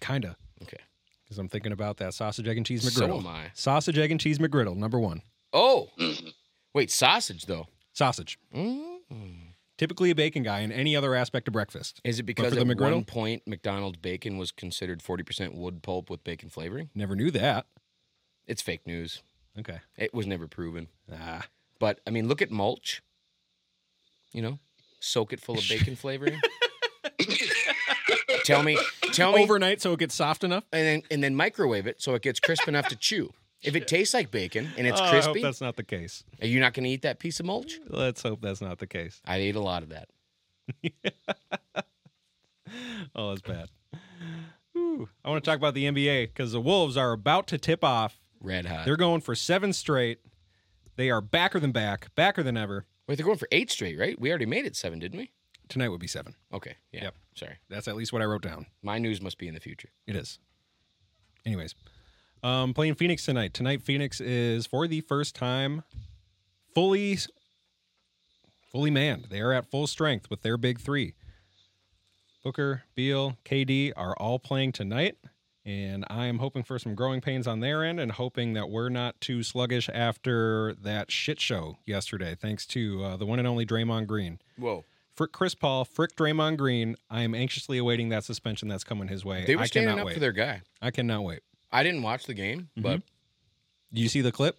Speaker 3: kinda
Speaker 1: Okay.
Speaker 3: because I'm thinking about that sausage egg and cheese
Speaker 1: So
Speaker 3: McGriddle.
Speaker 1: am I.
Speaker 3: sausage egg and cheese McGriddle, number one.
Speaker 1: Oh,
Speaker 2: Mhm.
Speaker 1: wait, sausage though.
Speaker 3: Sausage,
Speaker 1: Mm.
Speaker 3: typically a bacon guy in any other aspect of breakfast.
Speaker 1: Is it because
Speaker 3: for
Speaker 1: at
Speaker 3: the McGriddle?
Speaker 1: one point McDonald's bacon was considered 40% wood pulp with bacon flavoring?
Speaker 3: Never knew that.
Speaker 1: It's fake news.
Speaker 3: Okay.
Speaker 1: It was never proven.
Speaker 3: Ah,
Speaker 1: But I mean, look at mulch. You know, soak it full of bacon flavoring. tell me, tell me,
Speaker 3: overnight so it gets soft enough.
Speaker 1: and then and then microwave it so it gets crisp enough to chew. If it tastes like bacon and it's
Speaker 3: Oh, I hope
Speaker 1: crispy,
Speaker 3: that's not the case.
Speaker 1: are you not going to eat that piece of mulch?
Speaker 3: Let's hope that's not the case.
Speaker 1: I ate a lot of that.
Speaker 3: Oh, that's bad. Ooh, I want to talk about the NBA because the Wolves are about to tip off.
Speaker 1: Red hot.
Speaker 3: They're going for seven straight. They are backer than back, backer than ever.
Speaker 1: Wait, they're going for eight straight, right? We already made it seven, didn't we?
Speaker 3: Tonight would be seven.
Speaker 1: Okay. Yeah.
Speaker 3: Yep.
Speaker 1: Sorry.
Speaker 3: That's at least what I wrote down.
Speaker 1: My news must be in the future.
Speaker 3: It is. Anyways, um, playing Phoenix tonight. Tonight, Phoenix is for the first time fully, fully manned. They are at full strength with their big three. Booker, Beal, KD are all playing tonight, and I am hoping for some growing pains on their end, and hoping that we're not too sluggish after that shit show yesterday. Thanks to uh, the one and only Draymond Green.
Speaker 1: Whoa.
Speaker 3: Frick Chris Paul, Frick Draymond Green. I am anxiously awaiting that suspension that's coming his way.
Speaker 1: They were
Speaker 3: I
Speaker 1: standing
Speaker 3: cannot
Speaker 1: up
Speaker 3: wait.
Speaker 1: for their guy.
Speaker 3: I cannot wait.
Speaker 1: I didn't watch the game, but
Speaker 3: Do you see the clip?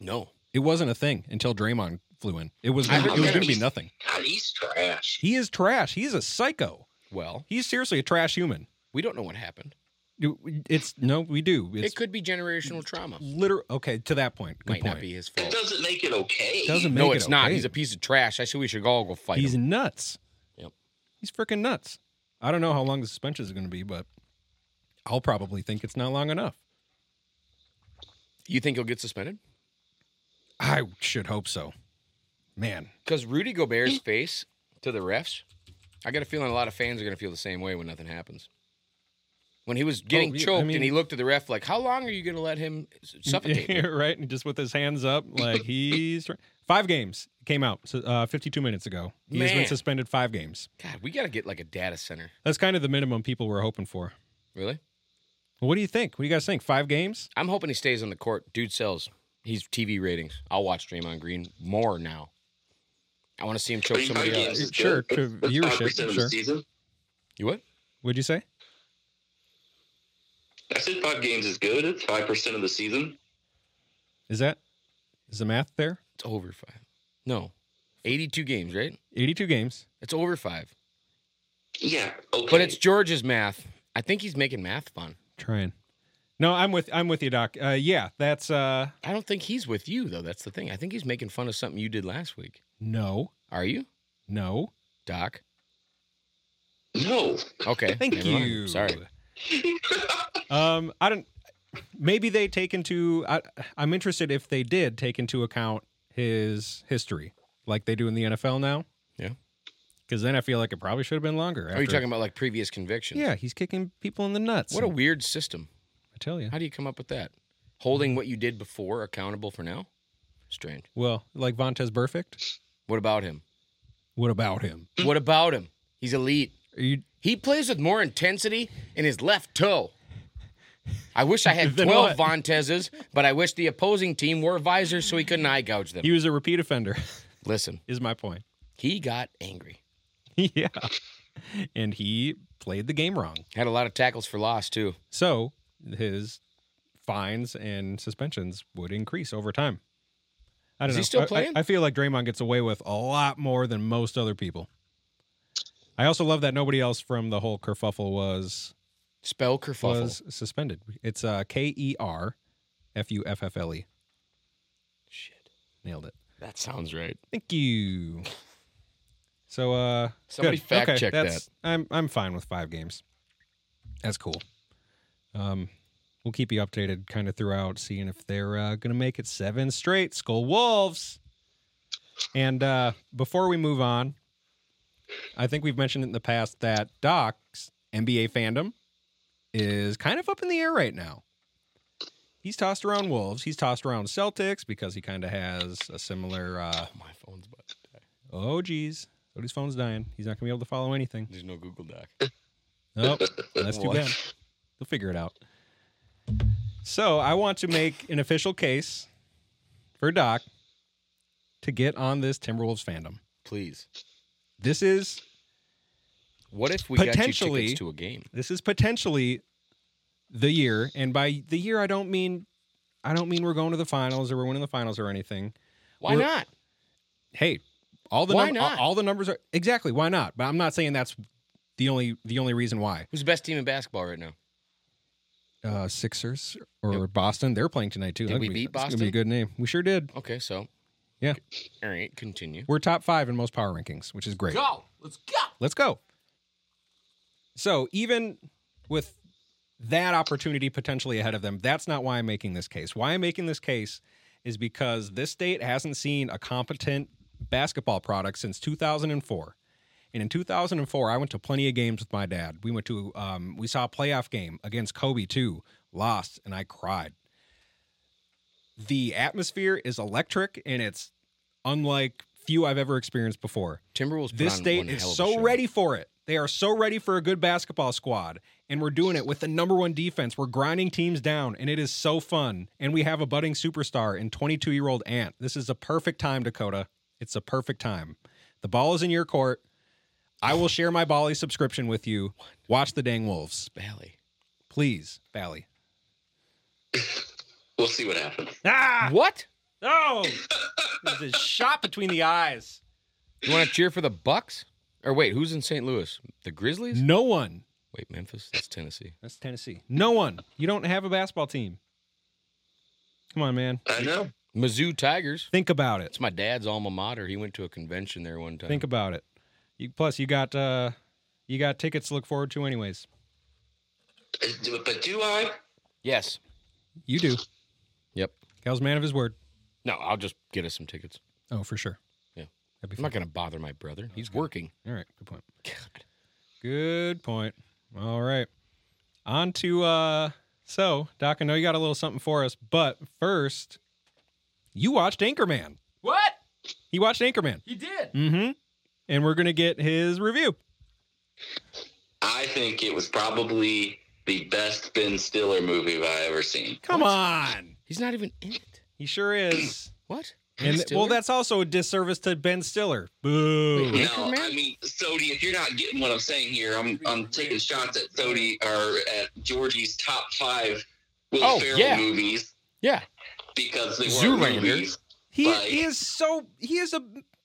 Speaker 1: no.
Speaker 3: It wasn't a thing until Draymond flew in. It was
Speaker 1: I
Speaker 3: gonna, it
Speaker 1: heard
Speaker 3: was
Speaker 1: that.
Speaker 3: going to be nothing.
Speaker 2: God, he's trash.
Speaker 3: He is trash. He's a psycho.
Speaker 1: Well,
Speaker 3: He's seriously a trash human.
Speaker 1: we don't know what happened.
Speaker 3: It's no, we do. It's
Speaker 1: it could be generational trauma.
Speaker 3: literal. Okay, to that point. Good
Speaker 1: Might
Speaker 3: point.
Speaker 1: not be his
Speaker 2: It
Speaker 1: fault.
Speaker 2: doesn't make it okay.
Speaker 3: Doesn't make
Speaker 1: No,
Speaker 3: it
Speaker 1: it's not.
Speaker 3: okay.
Speaker 1: He's a piece of trash. I say we should all go fight
Speaker 3: He's
Speaker 1: him.
Speaker 3: nuts.
Speaker 1: Yep.
Speaker 3: He's freaking nuts. I don't know how long the suspension is going to be, but I'll probably think it's not long enough.
Speaker 1: You think he'll get suspended?
Speaker 3: I should hope so. Man,
Speaker 1: Because Rudy Gobert's face to the refs, I got a feeling a lot of fans are going to feel the same way when nothing happens. When he was getting
Speaker 3: Oh, yeah, I
Speaker 1: choked
Speaker 3: mean-
Speaker 1: and he looked at the ref like, "How long are you going to let him s- suffocate?" me?"
Speaker 3: right? And just with his hands up, like he's five games came out so, uh, 52 minutes ago. He has been
Speaker 1: Man.
Speaker 3: suspended five games.
Speaker 1: God, we got to get like a data center.
Speaker 3: That's kind of the minimum people were hoping for.
Speaker 1: Really?
Speaker 3: What do you think? What do you guys think? Five games?
Speaker 1: I'm hoping he stays on the court. Dude sells. He's TV ratings. I'll watch Draymond Green more now. I want to see him choke somebody else.
Speaker 3: is- Sure, to viewership,
Speaker 2: percent of
Speaker 3: sure.
Speaker 2: the season.
Speaker 1: You what?
Speaker 3: Would you say?
Speaker 2: I said five games is good. It's five percent of the season.
Speaker 3: Is that is the math there?
Speaker 1: It's over five. No, 82 games, right?
Speaker 3: 82 games.
Speaker 1: It's over five.
Speaker 2: Yeah, okay.
Speaker 1: But it's George's math. I think he's making math fun.
Speaker 3: Trying. No, I'm with I'm with you, Doc. Uh, yeah, that's uh
Speaker 1: I don't think he's with you though. That's the thing. I think he's making fun of something you did last week.
Speaker 3: no,
Speaker 1: Are you,
Speaker 3: no.
Speaker 1: Doc?
Speaker 2: no.
Speaker 1: Okay.
Speaker 3: Thank
Speaker 1: never mind.
Speaker 3: you.
Speaker 1: Sorry.
Speaker 3: um, I don't. Maybe they take into. I, I'm interested if they did take into account his history, like they do in the NFL now.
Speaker 1: Yeah.
Speaker 3: Because then I feel like it probably should have been longer.
Speaker 1: Are you
Speaker 3: after-
Speaker 1: talking about like previous convictions?
Speaker 3: Yeah, he's kicking people in the nuts.
Speaker 1: What a weird system.
Speaker 3: I tell you.
Speaker 1: How do you come up with that? Holding what you did before accountable for now? Strange.
Speaker 3: Well, like Vontez Perfect.
Speaker 1: What about him?
Speaker 3: What about him?
Speaker 1: What about him? He's elite.
Speaker 3: Are you
Speaker 1: He plays with more intensity in his left toe. I wish I had
Speaker 3: Then
Speaker 1: 12
Speaker 3: what?
Speaker 1: Vontezes, but I wish the opposing team wore visors so he couldn't eye gouge them.
Speaker 3: he was a repeat offender,
Speaker 1: Listen,
Speaker 3: is my point.
Speaker 1: he got angry.
Speaker 3: yeah. And he played the game wrong.
Speaker 1: Had a lot of tackles for loss, too.
Speaker 3: So his fines and suspensions would increase over time. I don't
Speaker 1: Is
Speaker 3: know.
Speaker 1: he still
Speaker 3: I- I-
Speaker 1: playing?
Speaker 3: I, feel like Draymond gets away with a lot more than most other people. I also love that nobody else from the whole kerfuffle was
Speaker 1: Spell kerfuffle.
Speaker 3: was suspended. It's uh, K E R F U F F L E.
Speaker 1: Shit.
Speaker 3: Nailed it.
Speaker 1: That sounds right.
Speaker 3: Thank you. So uh
Speaker 1: Somebody
Speaker 3: good.
Speaker 1: fact
Speaker 3: okay,
Speaker 1: check
Speaker 3: that's,
Speaker 1: that.
Speaker 3: I'm I'm fine with five games. That's cool. Um we'll keep you updated kind of throughout, seeing if they're uh, gonna make it seven straight. Skull Wolves. And uh before we move on, I think we've mentioned in the past that Doc's NBA fandom is kind of up in the air right now. He's tossed around Wolves. He's tossed around Celtics because he kind of has a similar uh,
Speaker 1: Oh, my phone's about to die.
Speaker 3: Oh, geez. Somebody's phone's dying. He's not going to be able to follow anything.
Speaker 1: There's no Google Doc.
Speaker 3: Nope. That's too
Speaker 1: What?
Speaker 3: bad. He'll figure it out. So I want to make an official case for Doc to get on this Timberwolves fandom.
Speaker 1: Please.
Speaker 3: This is
Speaker 1: What if we got you
Speaker 3: Potentially-
Speaker 1: tickets to a game?
Speaker 3: this is potentially the year, and by the year I don't mean I don't mean we're going to the finals or we're winning the finals or anything.
Speaker 1: Why
Speaker 3: We're-
Speaker 1: not?
Speaker 3: hey, all the
Speaker 1: Why
Speaker 3: num-
Speaker 1: not?
Speaker 3: all the numbers are exactly why not? But I'm not saying that's the only the only reason why.
Speaker 1: Who's the best team in basketball right now?
Speaker 3: uh, Sixers or Boston. They're playing tonight too.
Speaker 1: Did
Speaker 3: That'd
Speaker 1: we
Speaker 3: be-
Speaker 1: beat
Speaker 3: that's gonna be a
Speaker 1: Boston?
Speaker 3: good name. We sure did.
Speaker 1: Okay, so.
Speaker 3: Yeah.
Speaker 1: All right, continue.
Speaker 3: We're top five in most power rankings, which is great.
Speaker 1: Go. Let's go.
Speaker 3: Let's go. So even with that opportunity potentially ahead of them, that's not why I'm making this case. Why I'm making this case is because this state hasn't seen a competent basketball products since 2004. And in 2004, I went to plenty of games with my dad. We went to, um, we saw a playoff game against Kobe too, lost, and I cried. The atmosphere is electric, and it's unlike few I've ever experienced before.
Speaker 1: Timberwolves. put
Speaker 3: This
Speaker 1: on
Speaker 3: state
Speaker 1: one
Speaker 3: is
Speaker 1: hell of a
Speaker 3: so
Speaker 1: show.
Speaker 3: ready for it. They are so ready for a good basketball squad, and we're doing it with the number one defense. We're grinding teams down, and it is so fun. And we have a budding superstar in 22 year old Ant. This is a perfect time, Dakota. It's a perfect time. The ball is in your court. I will share my Bali subscription with you. Watch the dang Wolves,
Speaker 1: Valley.
Speaker 3: please, Bally.
Speaker 2: We'll see what happens.
Speaker 3: Ah,
Speaker 1: What?
Speaker 3: no! There's a shot between the eyes.
Speaker 1: You want to cheer for the Bucks? Or wait, who's in St. Louis? The Grizzlies?
Speaker 3: No one.
Speaker 1: Wait, Memphis. That's Tennessee.
Speaker 3: That's Tennessee. No one. You don't have a basketball team. Come on, man.
Speaker 2: I know.
Speaker 1: Mizzou Tigers.
Speaker 3: Think about it.
Speaker 1: It's my dad's alma mater. He went to a convention there one time.
Speaker 3: Think about it. You, plus, you got uh, you got tickets to look forward to, anyways.
Speaker 2: But Uh, do I?
Speaker 1: yes.
Speaker 3: You do.
Speaker 1: Yep.
Speaker 3: Cal's a man of his word.
Speaker 1: No, I'll just get us some tickets.
Speaker 3: Oh, for sure.
Speaker 1: Yeah. I'm
Speaker 3: That'd be fun.
Speaker 1: not going to bother my brother. He's working.
Speaker 3: All right. Good point. Good point. All right. On to uh, so Doc. I know you got a little something for us, but first, you watched Anchorman.
Speaker 4: What?
Speaker 3: He watched Anchorman.
Speaker 4: He did.
Speaker 3: Mm-hmm. And we're gonna get his review.
Speaker 2: I think it was probably the best Ben Stiller movie I've ever seen.
Speaker 3: Come on.
Speaker 1: He's not even in it.
Speaker 3: He sure is.
Speaker 1: What?
Speaker 3: And
Speaker 1: He's
Speaker 3: well,
Speaker 1: still-
Speaker 3: that's also a disservice to Ben Stiller.
Speaker 1: Wait,
Speaker 3: Boo.
Speaker 2: No,
Speaker 1: Anchorman?
Speaker 2: I mean, Sodi, if you're not getting what I'm saying here, I'm I'm taking shots at Sodi or at Georgie's top five Will
Speaker 1: Oh,
Speaker 2: Ferrell
Speaker 1: yeah.
Speaker 2: movies
Speaker 1: Yeah.
Speaker 2: because they weren't
Speaker 1: Zoolander.
Speaker 2: movies.
Speaker 3: He,
Speaker 2: Like-
Speaker 3: he is so he is a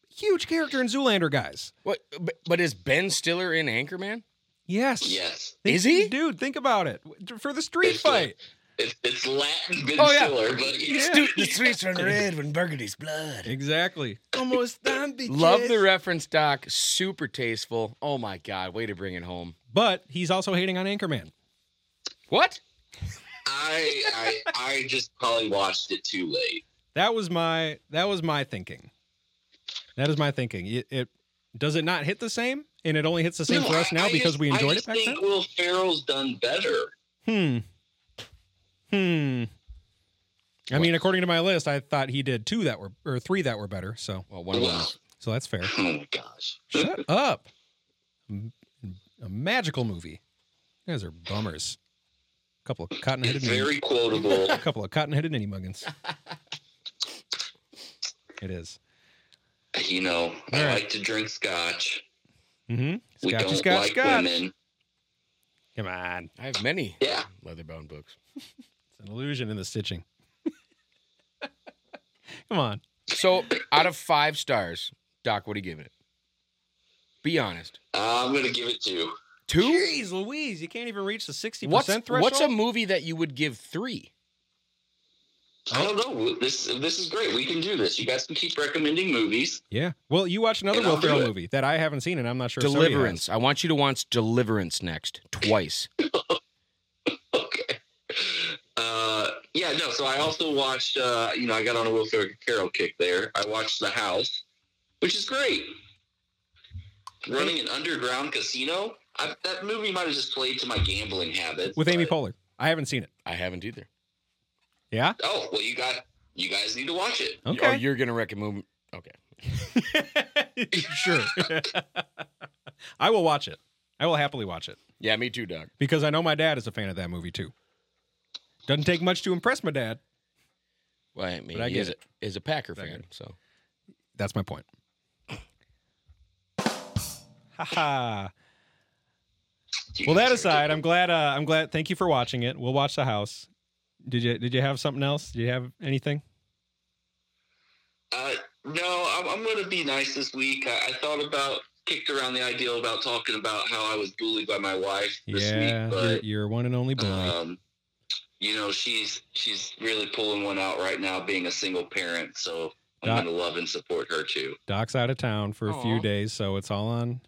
Speaker 3: huge character in Zoolander, guys.
Speaker 1: What? But, but is Ben Stiller in Anchorman?
Speaker 3: Yes.
Speaker 2: Yes,
Speaker 3: Think-
Speaker 1: Is he?
Speaker 3: Dude, think about it. For the street
Speaker 2: It's like-
Speaker 3: fight.
Speaker 2: it's, it's Latin Ben
Speaker 1: Oh, yeah.
Speaker 2: Stiller, but yeah.
Speaker 1: the streets run red when burgundy's blood.
Speaker 3: Exactly. Almost done,
Speaker 1: Love the reference, Doc. Super tasteful. Oh my God, way to bring it home.
Speaker 3: But he's also hating on Anchorman.
Speaker 1: What?
Speaker 2: I, I I just probably watched it too late.
Speaker 3: That was my that was my thinking. That is my thinking. It, it does it not hit the same, and it only hits the same
Speaker 2: No,
Speaker 3: for us
Speaker 2: I-
Speaker 3: now
Speaker 2: I
Speaker 3: because
Speaker 2: just-
Speaker 3: we enjoyed
Speaker 2: I
Speaker 3: it
Speaker 2: just
Speaker 3: back
Speaker 2: think Will Ferrell's done better.
Speaker 3: then. Hmm. Hmm. I mean, according to my list, I thought he did two that were or three that were better. So
Speaker 1: Well, one of them.
Speaker 2: Wow.
Speaker 1: is-
Speaker 3: so that's fair.
Speaker 2: Oh my gosh.
Speaker 3: Shut up. M- A magical movie. You guys are bummers. A couple of cotton-headed
Speaker 2: It's
Speaker 3: ninny-
Speaker 2: very quotable.
Speaker 3: a couple of cotton-headed ninny muggins. It is.
Speaker 2: you know,
Speaker 3: All
Speaker 2: I
Speaker 3: right.
Speaker 2: like to drink scotch.
Speaker 3: Mm-hmm.
Speaker 2: We
Speaker 3: Scotch,
Speaker 2: don't
Speaker 3: scotch,
Speaker 2: like
Speaker 3: scotch.
Speaker 2: women.
Speaker 3: Come on.
Speaker 1: I have many
Speaker 2: Yeah.
Speaker 1: leatherbound books.
Speaker 3: It's an illusion in the stitching. Come on.
Speaker 1: So, out of five stars, Doc, what are you giving it? Be honest.
Speaker 2: I'm gonna give it two.
Speaker 1: Two.
Speaker 3: Jeez Louise, you can't even reach the 60%
Speaker 1: What's
Speaker 3: threshold.
Speaker 1: what's a movie that you would give three?
Speaker 3: Oh.
Speaker 2: I don't know. This this is great. We can do this. You guys can keep recommending movies.
Speaker 3: Yeah. Well, you watched another
Speaker 2: And I'll
Speaker 3: Will Ferrell
Speaker 2: do it.
Speaker 3: movie that I haven't seen, and I'm not sure. Sony has.
Speaker 1: Deliverance. I want you to watch Deliverance next twice.
Speaker 2: Okay. Uh, yeah, no. So I also watched. Uh, you know, I got on a Will Ferrell kick there. I watched The House, which is great. Running an underground casino. I, that movie might have just played to my gambling habits.
Speaker 3: With Amy
Speaker 2: but-
Speaker 3: Poehler. I haven't seen it.
Speaker 1: I haven't either.
Speaker 3: Yeah?
Speaker 2: Oh well, you got. You guys need to watch it.
Speaker 1: Oh,
Speaker 3: Okay.
Speaker 1: you're gonna recommend? Okay.
Speaker 3: sure. I will watch it. I will happily watch it
Speaker 1: Yeah, me too, Doc.
Speaker 3: because I know my dad is a fan of that movie too. Doesn't take much to impress my dad.
Speaker 1: Well, I mean,
Speaker 3: But I
Speaker 1: he
Speaker 3: get
Speaker 1: is,
Speaker 3: it.
Speaker 1: A, is a Packer
Speaker 3: Packer.
Speaker 1: fan, so
Speaker 3: That's my point. Haha.
Speaker 2: You
Speaker 3: Well, that
Speaker 2: guys are
Speaker 3: aside, I'm glad. Uh, I'm glad. Thank you for watching it. We'll watch the house. Did you Did you have something else? Did you have anything?
Speaker 2: Uh, no, I'm, I'm going to be nice this week. I, I thought about, kicked around the idea about talking about how I was bullied by my wife this
Speaker 3: yeah, you're,
Speaker 2: week, uh,
Speaker 3: you're one and only
Speaker 2: but
Speaker 3: bully.
Speaker 2: um, you know she's she's really pulling one out right now, being a single parent. So I'm
Speaker 3: Doc-
Speaker 2: going to love and support her too.
Speaker 3: Doc's out of town for a few
Speaker 1: Aw.
Speaker 3: days, so it's all on.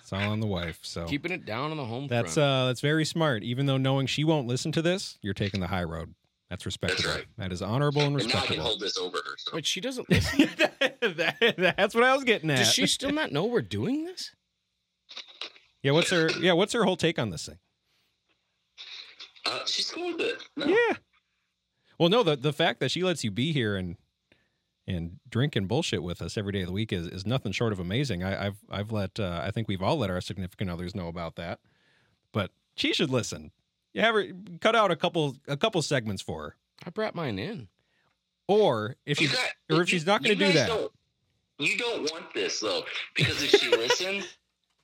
Speaker 3: It's all on the wife. So
Speaker 1: Oh. keeping it down on the home
Speaker 3: that's
Speaker 1: front.
Speaker 3: uh, that's very smart. Even though knowing she won't listen to this, you're taking the high road. That's respectable.
Speaker 2: right.
Speaker 3: That is honorable and
Speaker 2: And now I can
Speaker 3: respectable.
Speaker 2: hold this over her.
Speaker 3: uh,
Speaker 2: So.
Speaker 1: Wait, she doesn't listen.
Speaker 3: That- that's what I was getting at.
Speaker 1: Does she still not know we're doing this?
Speaker 3: Yeah, what's her? Yeah, what's her whole take on this thing?
Speaker 2: Uh, she's cool with it. No.
Speaker 3: Yeah. Well, no, the the fact that she lets you be here and and drink and bullshit with us every day of the week is, is nothing short of amazing. I, I've I've let uh, I think we've all let our significant others know about that, but she should listen. You have her cut out a couple a couple segments for her,
Speaker 1: I brought mine in.
Speaker 3: or if
Speaker 2: You
Speaker 3: she's
Speaker 2: got-
Speaker 3: or if
Speaker 2: you-
Speaker 3: she's not
Speaker 2: you
Speaker 3: going to do
Speaker 2: guys
Speaker 3: that,
Speaker 2: don't- you don't want this though, because if she listens,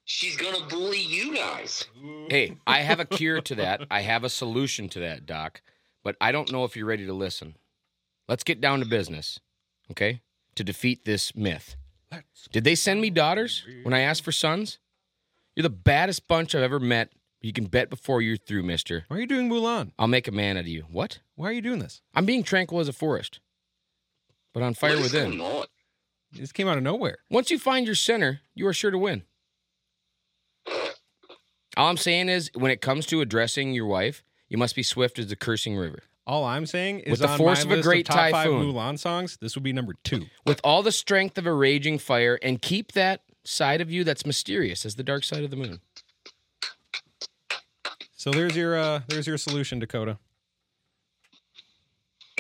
Speaker 2: she's gonna bully you guys.
Speaker 1: Hey, I have a cure to that. I have a solution to that, Doc. But I don't know if you're ready to listen. Let's get down to business, okay? To defeat this myth. Did they send me daughters when I asked for sons? You're the baddest bunch I've ever met. You can bet before you're through, mister.
Speaker 3: why are you doing Mulan?
Speaker 1: I'll make a man out of you. What?
Speaker 3: Why are you doing this?
Speaker 1: I'm being tranquil as a forest, but on fire
Speaker 2: What is
Speaker 1: within.
Speaker 2: going on?
Speaker 3: This came out of nowhere.
Speaker 1: Once you find your center, you are sure to win. All I'm saying is, when it comes to addressing your wife, you must be swift as the cursing river.
Speaker 3: All I'm saying is
Speaker 1: With the
Speaker 3: on
Speaker 1: force
Speaker 3: my
Speaker 1: of a
Speaker 3: list
Speaker 1: great
Speaker 3: top five
Speaker 1: typhoon.
Speaker 3: Mulan songs, this would be number two.
Speaker 1: With all the strength of a raging fire, and keep that side of you that's mysterious as the dark side of the moon.
Speaker 3: So there's your uh, there's your solution, Dakota.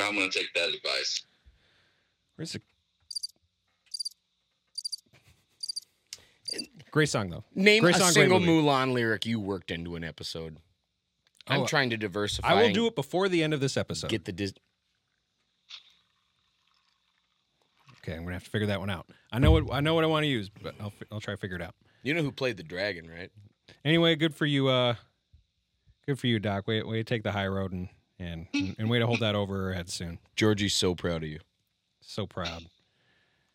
Speaker 2: I'm gonna take that advice.
Speaker 3: Where's the great song though?
Speaker 1: Name
Speaker 3: Great
Speaker 1: a
Speaker 3: song, great
Speaker 1: single
Speaker 3: movie.
Speaker 1: Mulan lyric you worked into an episode. I'm
Speaker 3: Oh,
Speaker 1: trying to diversify.
Speaker 3: I will
Speaker 1: and
Speaker 3: do it before the end of this episode.
Speaker 1: Get the Dis-
Speaker 3: okay, I'm gonna have to figure that one out. I know what I know what I want to use, but I'll fi- I'll try to figure it out.
Speaker 1: You know who played the dragon, right?
Speaker 3: Anyway, good for you. Uh, good for you, Doc. Way way to take the high road and and and way to hold that over her head soon.
Speaker 1: Georgie's so proud of you.
Speaker 3: So proud.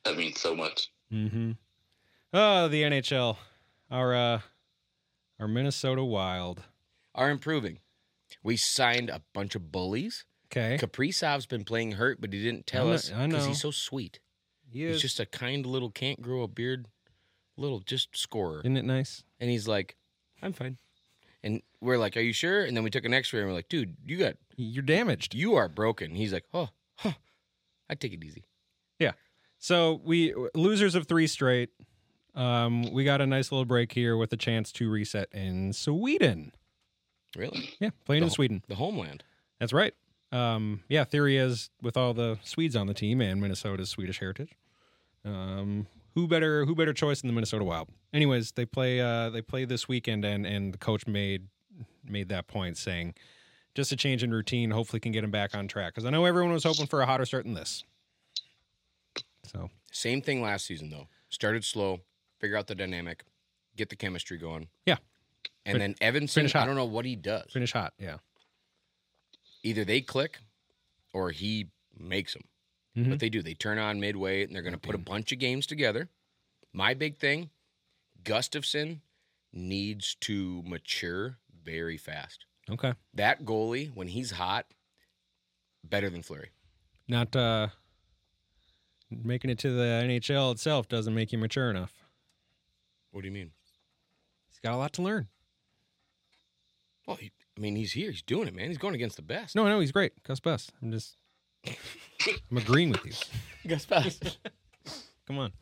Speaker 2: That means so much.
Speaker 3: Mm-hmm. Oh, the NHL, our uh, our Minnesota Wild.
Speaker 1: Are improving. We signed a bunch of bullies.
Speaker 3: Okay,
Speaker 1: Kaprizov's been playing hurt, but he didn't tell
Speaker 3: I kno-
Speaker 1: us
Speaker 3: I
Speaker 1: because
Speaker 3: know.
Speaker 1: he's so sweet.
Speaker 3: he
Speaker 1: He's
Speaker 3: is.
Speaker 1: just a kind little, can't grow a beard, little just scorer.
Speaker 3: Isn't it nice?
Speaker 1: And he's like, "I'm fine." And we're like, "Are you sure?" And then we took an X-ray and we're like, "Dude, you got
Speaker 3: You're damaged.
Speaker 1: you are broken." He's like, "Oh, huh, I take it easy."
Speaker 3: So we losers of three straight. Um, we got a nice little break here with a chance to reset in Sweden.
Speaker 1: Really,
Speaker 3: Yeah, playing in
Speaker 1: The-
Speaker 3: Sweden.
Speaker 1: the homeland.
Speaker 3: That's right. Um, yeah, theory is with all the Swedes on the team and Minnesota's Swedish heritage. Um, who better who better choice than the Minnesota Wild? Anyways, they play uh, they play this weekend and and the coach made made that point saying just a change in routine hopefully can get them back on track because I know everyone was hoping for a hotter start than this. So
Speaker 1: Same thing last season though. Started slow, figure out the dynamic, get the chemistry going.
Speaker 3: Yeah.
Speaker 1: And
Speaker 3: Fin-
Speaker 1: then Evanson,
Speaker 3: finish hot.
Speaker 1: I don't know what he does.
Speaker 3: finish hot, yeah.
Speaker 1: Either they click, or he makes them.
Speaker 3: Mhm.
Speaker 1: But they do. They turn on midway and they're going to put a bunch of games together. My big thing Gustafson needs to mature very fast.
Speaker 3: Okay.
Speaker 1: That goalie, when he's hot, better than Flurry.
Speaker 3: not uh making it to the NHL itself doesn't make you mature enough.
Speaker 1: What do you mean?
Speaker 3: He's got a lot to learn.
Speaker 1: Well, he, I mean, he's here. He's doing it, man. He's going against the best.
Speaker 3: No, no, he's great. Gus Bus. I'm just I'm agreeing with you.
Speaker 1: Gus Best.
Speaker 3: Come on.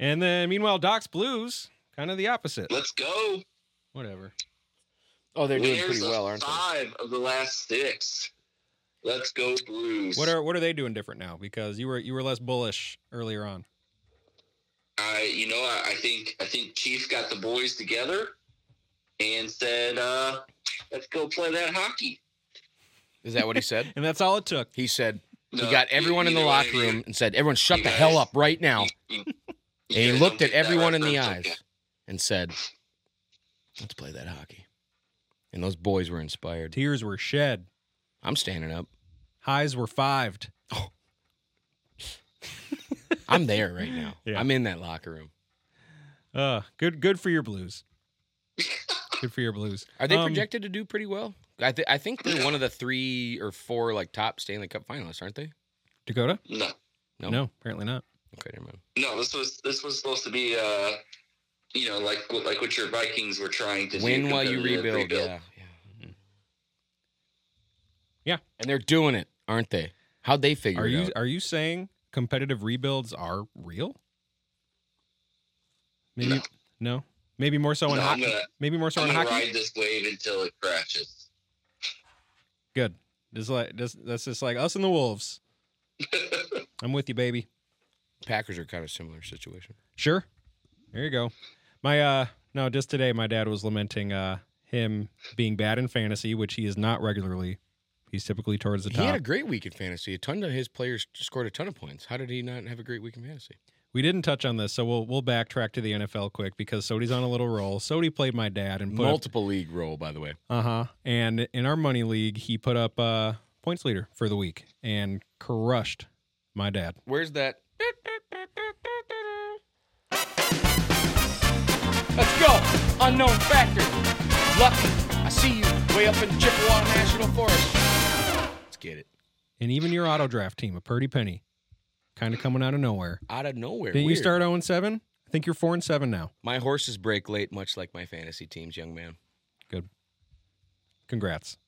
Speaker 3: And then meanwhile, Doc's Blues, kind of the opposite.
Speaker 2: Let's go.
Speaker 3: Whatever.
Speaker 1: oh, they're doing
Speaker 2: Winners
Speaker 1: pretty
Speaker 2: of
Speaker 1: well, aren't they?
Speaker 2: Five of the last six. Let's go Blues.
Speaker 3: What are what are they doing different now? Because you were you were less bullish earlier on.
Speaker 2: I you know I, I think I think Chief got the boys together and said uh, let's go play that hockey.
Speaker 1: Is that what he said?
Speaker 3: And that's all it took.
Speaker 1: He said,
Speaker 2: No,
Speaker 1: he got everyone in the
Speaker 2: either way,
Speaker 1: locker
Speaker 2: you-
Speaker 1: room and said, everyone shut
Speaker 2: you
Speaker 1: the
Speaker 2: guys-
Speaker 1: hell up right now.
Speaker 2: you- you- you
Speaker 1: Oh. And he
Speaker 2: guys
Speaker 1: looked
Speaker 2: don't
Speaker 1: at
Speaker 2: get that
Speaker 1: everyone in the
Speaker 2: reference, okay.
Speaker 1: eyes and said, Let's play that hockey. And those boys were inspired.
Speaker 3: Tears were shed.
Speaker 1: I'm standing up.
Speaker 3: Highs were fived.
Speaker 1: I'm there right now.
Speaker 3: Yeah.
Speaker 1: I'm in that locker room.
Speaker 3: Uh good good for your blues. Good for your blues.
Speaker 1: Are they
Speaker 3: Um,
Speaker 1: projected to do pretty well? I, th- I think they're one of the three or four like top Stanley Cup finalists, aren't they?
Speaker 3: Dakota?
Speaker 2: No,
Speaker 1: No.
Speaker 3: no, apparently not.
Speaker 1: Okay, never mind.
Speaker 2: no, this was this was supposed to be uh, you know like what- like what your Vikings were trying to do
Speaker 1: Win while you
Speaker 2: compared to the
Speaker 1: rebuild. Yeah. yeah.
Speaker 3: Yeah.
Speaker 1: and they're doing it, aren't they? How'd they figure
Speaker 3: Are
Speaker 1: it
Speaker 3: you
Speaker 1: out?
Speaker 3: are you saying competitive rebuilds are real? Maybe no. Maybe more so in
Speaker 2: No, I'm
Speaker 3: hockey.
Speaker 2: gonna-
Speaker 3: Maybe more so
Speaker 2: I'm
Speaker 3: in
Speaker 2: gonna
Speaker 3: hockey.
Speaker 2: ride this wave until it crashes.
Speaker 3: Good. Just like just, that's just like us and the wolves. I'm with you, baby.
Speaker 1: Packers are kind of similar situation.
Speaker 3: Sure. There you go. My uh no, just today my dad was lamenting uh him being bad in fantasy, which he is not regularly. He's typically towards the
Speaker 1: He had
Speaker 3: top.
Speaker 1: a great week in fantasy. A ton of his players scored a ton of points. How did he not have a great week in fantasy?
Speaker 3: we didn't touch on this, so we'll we'll backtrack to the NFL quick because Sody's on a little roll. Sody played my dad and put up-
Speaker 1: Multiple league role, by the way.
Speaker 3: Uh-huh. And in our money league, he put up uh points leader for the week and crushed my dad.
Speaker 1: Where's that? Let's go. Unknown factor. Lucky. I see you way up in Chippewa National Forest. Let's get it.
Speaker 3: And even your auto draft team, a Purdy Penny, kind of coming out of nowhere.
Speaker 1: Out of nowhere.
Speaker 3: Didn't you
Speaker 1: Weird.
Speaker 3: start 0 7? I think you're 4 and 7 now.
Speaker 1: My horses break late, much like my fantasy teams, young man.
Speaker 3: Congrats.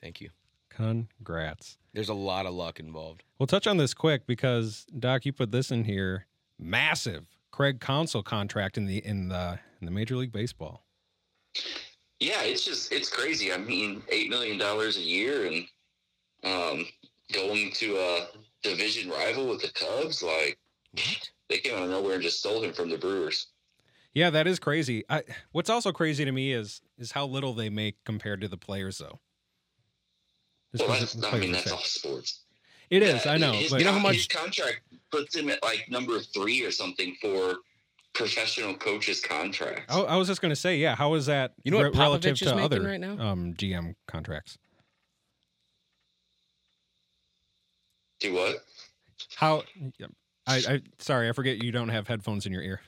Speaker 1: Thank you.
Speaker 3: Congrats.
Speaker 1: There's a lot of luck involved.
Speaker 3: We'll touch on this quick because Doc, you put this in here. Massive Craig Council contract in the in the in the Major League Baseball.
Speaker 2: yeah, it's just it's crazy. I mean, eight million dollars a year and um, going to a division rival with the Cubs, like
Speaker 1: What?
Speaker 2: they came out of nowhere and just stole him from the Brewers.
Speaker 3: Yeah, that is crazy. I, what's also crazy to me is is how little they make compared to the players, though. This
Speaker 2: Well,
Speaker 3: was-
Speaker 2: that's,
Speaker 3: this
Speaker 2: I
Speaker 3: player
Speaker 2: mean,
Speaker 3: was
Speaker 2: that's
Speaker 3: sick.
Speaker 2: all sports.
Speaker 3: It is.
Speaker 2: Yeah,
Speaker 3: I know.
Speaker 2: His,
Speaker 3: But
Speaker 1: You know how
Speaker 2: con-
Speaker 1: much-
Speaker 2: his contract puts him at like number three or something for professional coaches contracts.
Speaker 3: I, I was just gonna say, yeah. How is that?
Speaker 1: You know what
Speaker 3: re- relative
Speaker 1: Popovich
Speaker 3: to
Speaker 1: is making
Speaker 3: other
Speaker 1: right now?
Speaker 3: um, GM contracts?
Speaker 2: Do what?
Speaker 3: How? I, I sorry, I forget you don't have headphones in your ear.